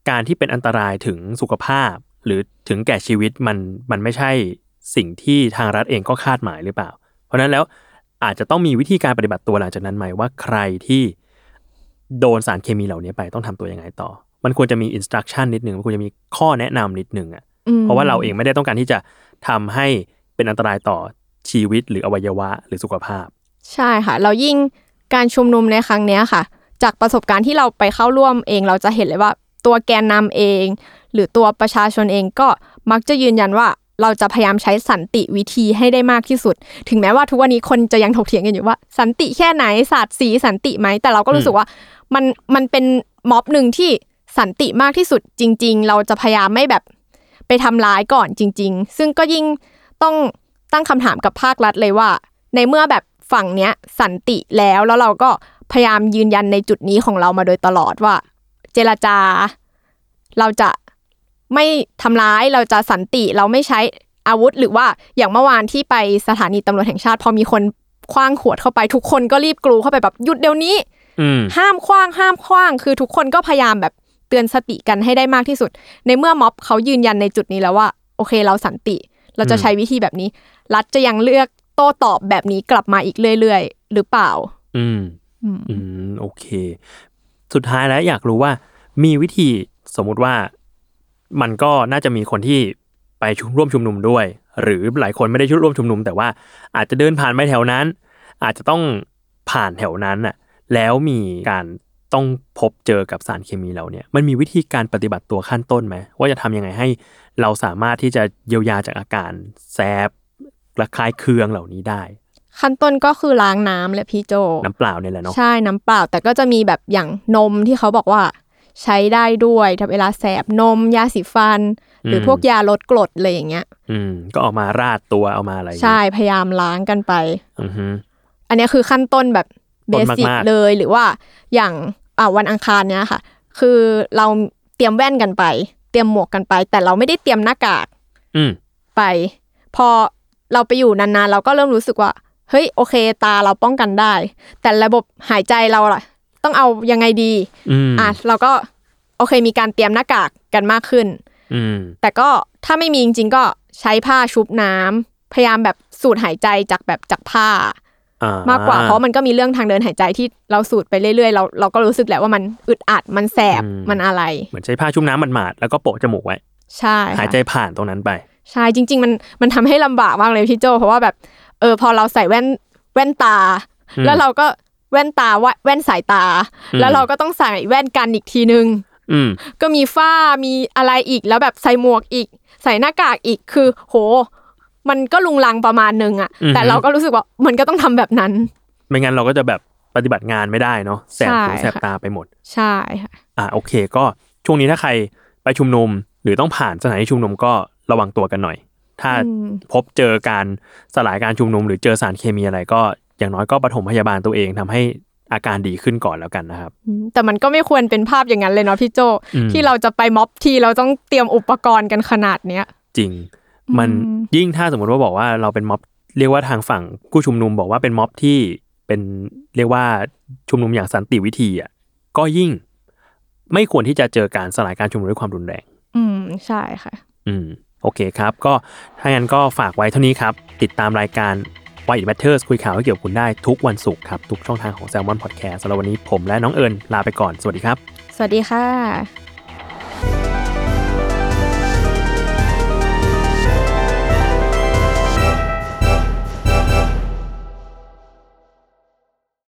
[SPEAKER 2] การที่เป็นอันตรายถึงสุขภาพ หรือถึงแก่ชีวิตมันมันไม่ใช่สิ่งที่ทางรัฐเองก็คาดหมายหรือเปล่า เพราะฉะนั้นแล้วอาจจะต้องมีวิธีการปฏิบัติตัวหลังจากนั้นไหมว่าใครที่โดนสารเคมีเหล่านี้ไปต้องทำตัวยังไงต่อ มันควรจะมีอินสต u c ชั่นนิดหนึ่งมันควรจะมีข้อแนะนำนิดหนึ่งอ่ะ
[SPEAKER 3] อืม
[SPEAKER 2] เพราะว่าเราเองไม่ได้ต้องการที่จะทำให้เป็นอันตรายต่อชีวิตหรืออวัยวะหรือสุขภาพ
[SPEAKER 3] ใช่ค่ะ เรายิ่งการชุมนุมในครั้งเนี้ยค่ะ จากประสบการณ์ที่เราไปเข้าร่วมเองเราจะเห็นเลยว่าตัวแกนนำเอง หรือตัวประชาชนเองก็มักจะยืนยันว่าเราจะพยายามใช้สันติวิธีให้ได้มากที่สุด ถึงแม้ว่าทุกวันนี้คนจะยังถกเถียงกันอยู่ว่า สันติแค่ไหนศาสตร์สีสันติไหมแต่เราก็รู้สึกว่ามันมันเป็นม็อบหนึ่งที่สันติมากที่สุดจริง ๆ เราจะพยายามไม่แบบไปทำร้ายก่อนจริง ๆ ซึ่งก็ยิ่ง ต้องตั้งคำถามกับภาครัฐเลยว่า ในเมื่อแบบฝั่งเนี้ยสันติแล้วแล้วเราก็พยายามยืนยันในจุดนี้ของเรามาโดยตลอดว่า เจรจา เราจะไม่ทำร้ายเราจะสันติเราไม่ใช้อาวุธ หรือว่าอย่างเมื่อวานที่ไปสถานีตำรวจแห่งชาติ พอมีคนคว้างขวดเข้าไป ทุกคนก็รีบกรูเข้าไปแบบหยุดเดี๋ยวนี้
[SPEAKER 2] อืม
[SPEAKER 3] ห้ามคว้างห้ามคว้าง คือทุกคนก็พยายามแบบเตือนสติกันให้ได้มากที่สุด ในเมื่อม็อบเขายืนยันในจุดนี้แล้วว่า โอเคเราสันติ เราจะใช้วิธีแบบนี้ รัฐจะยังเลือกโต้ตอบแบบนี้กลับมาอีกเรื่อยๆ หรือเปล่า
[SPEAKER 2] อืม
[SPEAKER 3] อืม
[SPEAKER 2] อืม โอเค สุดท้ายแล้วอยากรู้ว่า มีวิธีสมมุติว่ามันก็น่าจะมีคนที่ไปชุมร่วมชุมนุมด้วย หรือหลายคนไม่ได้ชุดร่วมชุมนุม แต่ว่าอาจจะเดินผ่านไปแถวนั้น อาจจะต้องผ่านแถวนั้นน่ะ แล้วมีการต้องพบเจอกับสารเคมีเราเนี่ย มันมีวิธีการปฏิบัติตัวขั้นต้นไหมว่าจะทำยังไงให้เราสามารถที่จะเยียวยาจากอาการแสบระคายเคืองเหล่านี้ได้
[SPEAKER 3] ขั้นต้นก็คือล้างน้ำแหละพี่โจ
[SPEAKER 2] น้ำเปล่าเนี่ยแหละเนาะ
[SPEAKER 3] ใช่น้ำเปล่าแต่ก็จะมีแบบอย่างนมที่เขาบอกว่า ใช้ได้ด้วยถ้าเวลาแสบนม ยาสีฟัน หรือพวกยาลดกรดอะไรอย่างเงี้ย
[SPEAKER 2] อืม ก็เออกมาราดตัวเอามาอะไรอย่าง
[SPEAKER 3] ใช่
[SPEAKER 2] งี้
[SPEAKER 3] พยายามล้างกันไป
[SPEAKER 2] อือฮึ
[SPEAKER 3] อันเนี้ยคือขั้นต้นแบบเบ
[SPEAKER 2] ต้นมากๆ
[SPEAKER 3] สิกเลยหรือว่าอย่างอ่าวันอังคารเนี้ยค่ะ คือเราเตรียมแว่นกันไป เตรียมหมวกกันไป แต่เราไม่ได้เตรียมหน้ากาก
[SPEAKER 2] อืม
[SPEAKER 3] ไป พอเราไปอยู่นานๆ เราก็เริ่มรู้สึกว่าเฮ้ยโอเค ตาเราป้องกันได้ แต่ระบบหายใจเราล่ะ ต้องเอายังไงดี
[SPEAKER 2] อืม
[SPEAKER 3] อ่ะเราก็โอเคมีการเตรียมหน้ากากกันมากขึ้น
[SPEAKER 2] อืม
[SPEAKER 3] แต่ก็ถ้าไม่มีจริงๆก็ใช้ผ้าชุบน้ำพยายามแบบสูดหายใจจากแบบจากผ้า
[SPEAKER 2] อ่าม
[SPEAKER 3] ากกว่าเพราะมันก็มีเรื่องทางเดินหายใจที่เราสูดไปเรื่อยๆ เราเราก็รู้สึกแหละว่ามันอึดอัดมันแสบมันอะไร
[SPEAKER 2] เหมือนใช้ผ้าชุ่มน้ำมันหมาดๆแล้วก็โปะจมูกไว้
[SPEAKER 3] ใช่ค่ะ
[SPEAKER 2] หายใจผ่านตรงนั้นไป
[SPEAKER 3] ใช่จริง ๆ มันมันทำให้ลำบากมากเลยพี่โจ เพราะว่าแบบเออพอเราใส่แว่นแว่นตา
[SPEAKER 2] อืม
[SPEAKER 3] แล้วเราก็แว่นตาว่าแว่นสายตา
[SPEAKER 2] อืม
[SPEAKER 3] แล้วเราก็ต้องใส่แว่นกันอีกทีนึง
[SPEAKER 2] อืม
[SPEAKER 3] ก็มีฝ้ามีอะไรอีกแล้วแบบใส่หมวกอีก ใส่หน้ากากอีกคือ โห มันก็ลุงลังประมาณนึงอะ
[SPEAKER 2] อือฮึ
[SPEAKER 3] แต่เราก็รู้สึกว่ามันก็ต้องทำแบบนั้น
[SPEAKER 2] ไม่งั้นเราก็จะแบบปฏิบัติงานไม่ได้เนาะแสบหู
[SPEAKER 3] ใช่
[SPEAKER 2] แสบ
[SPEAKER 3] ค่ะ
[SPEAKER 2] ตาไปหมด
[SPEAKER 3] ใช่ค่ะ
[SPEAKER 2] อ่าโอเค ก็ช่วงนี้ถ้าใครไปชุมนุม หรือต้องผ่านสถานที่ชุมนุมก็ระวังตัวกันหน่อย ถ้า
[SPEAKER 3] อืม
[SPEAKER 2] พบเจอการสลายการชุมนุม หรือเจอสารเคมีอะไรก็อย่างน้อยก็ปฐมพยาบาลตัวเองทำให้อาการดีขึ้นก่อนแล้วกันนะครับ
[SPEAKER 3] อืมแต่มันก็ไม่ควรเป็นภาพอย่างนั้นเลยเนาะพี่โจ
[SPEAKER 2] อืม
[SPEAKER 3] ที่เราจะไปม็อบทีเราต้องเตรียมอุปกรณ์กันขนาดเนี้ย
[SPEAKER 2] จริง มันยิ่งถ้าสมมติว่าบอกว่าเราเป็นม็อบ เรียกว่าทางฝั่งผู้ชุมนุมบอกว่าเป็นม็อบที่ เป็นเรียกว่าชุมนุมอย่างสันติวิธีอ่ะก็ยิ่งไม่ควรที่จะเจอการสลายการชุมนุมด้วยความรุนแรง
[SPEAKER 3] อืมใช่ค่ะ
[SPEAKER 2] อืมโอเคครับ ก็ถ้างั้นก็ฝากไว้เท่านี้ครับ ติดตามรายการ Why It Matters คุยข่าวให้เกี่ยวกับคุณได้ทุกวันศุกร์ครับ ทุกช่องทางของ Salmon Podcast สำหรับวันนี้ผมและน้องเอิญลาไปก่อน สวัสดีครับ
[SPEAKER 3] สวัสดีค่ะ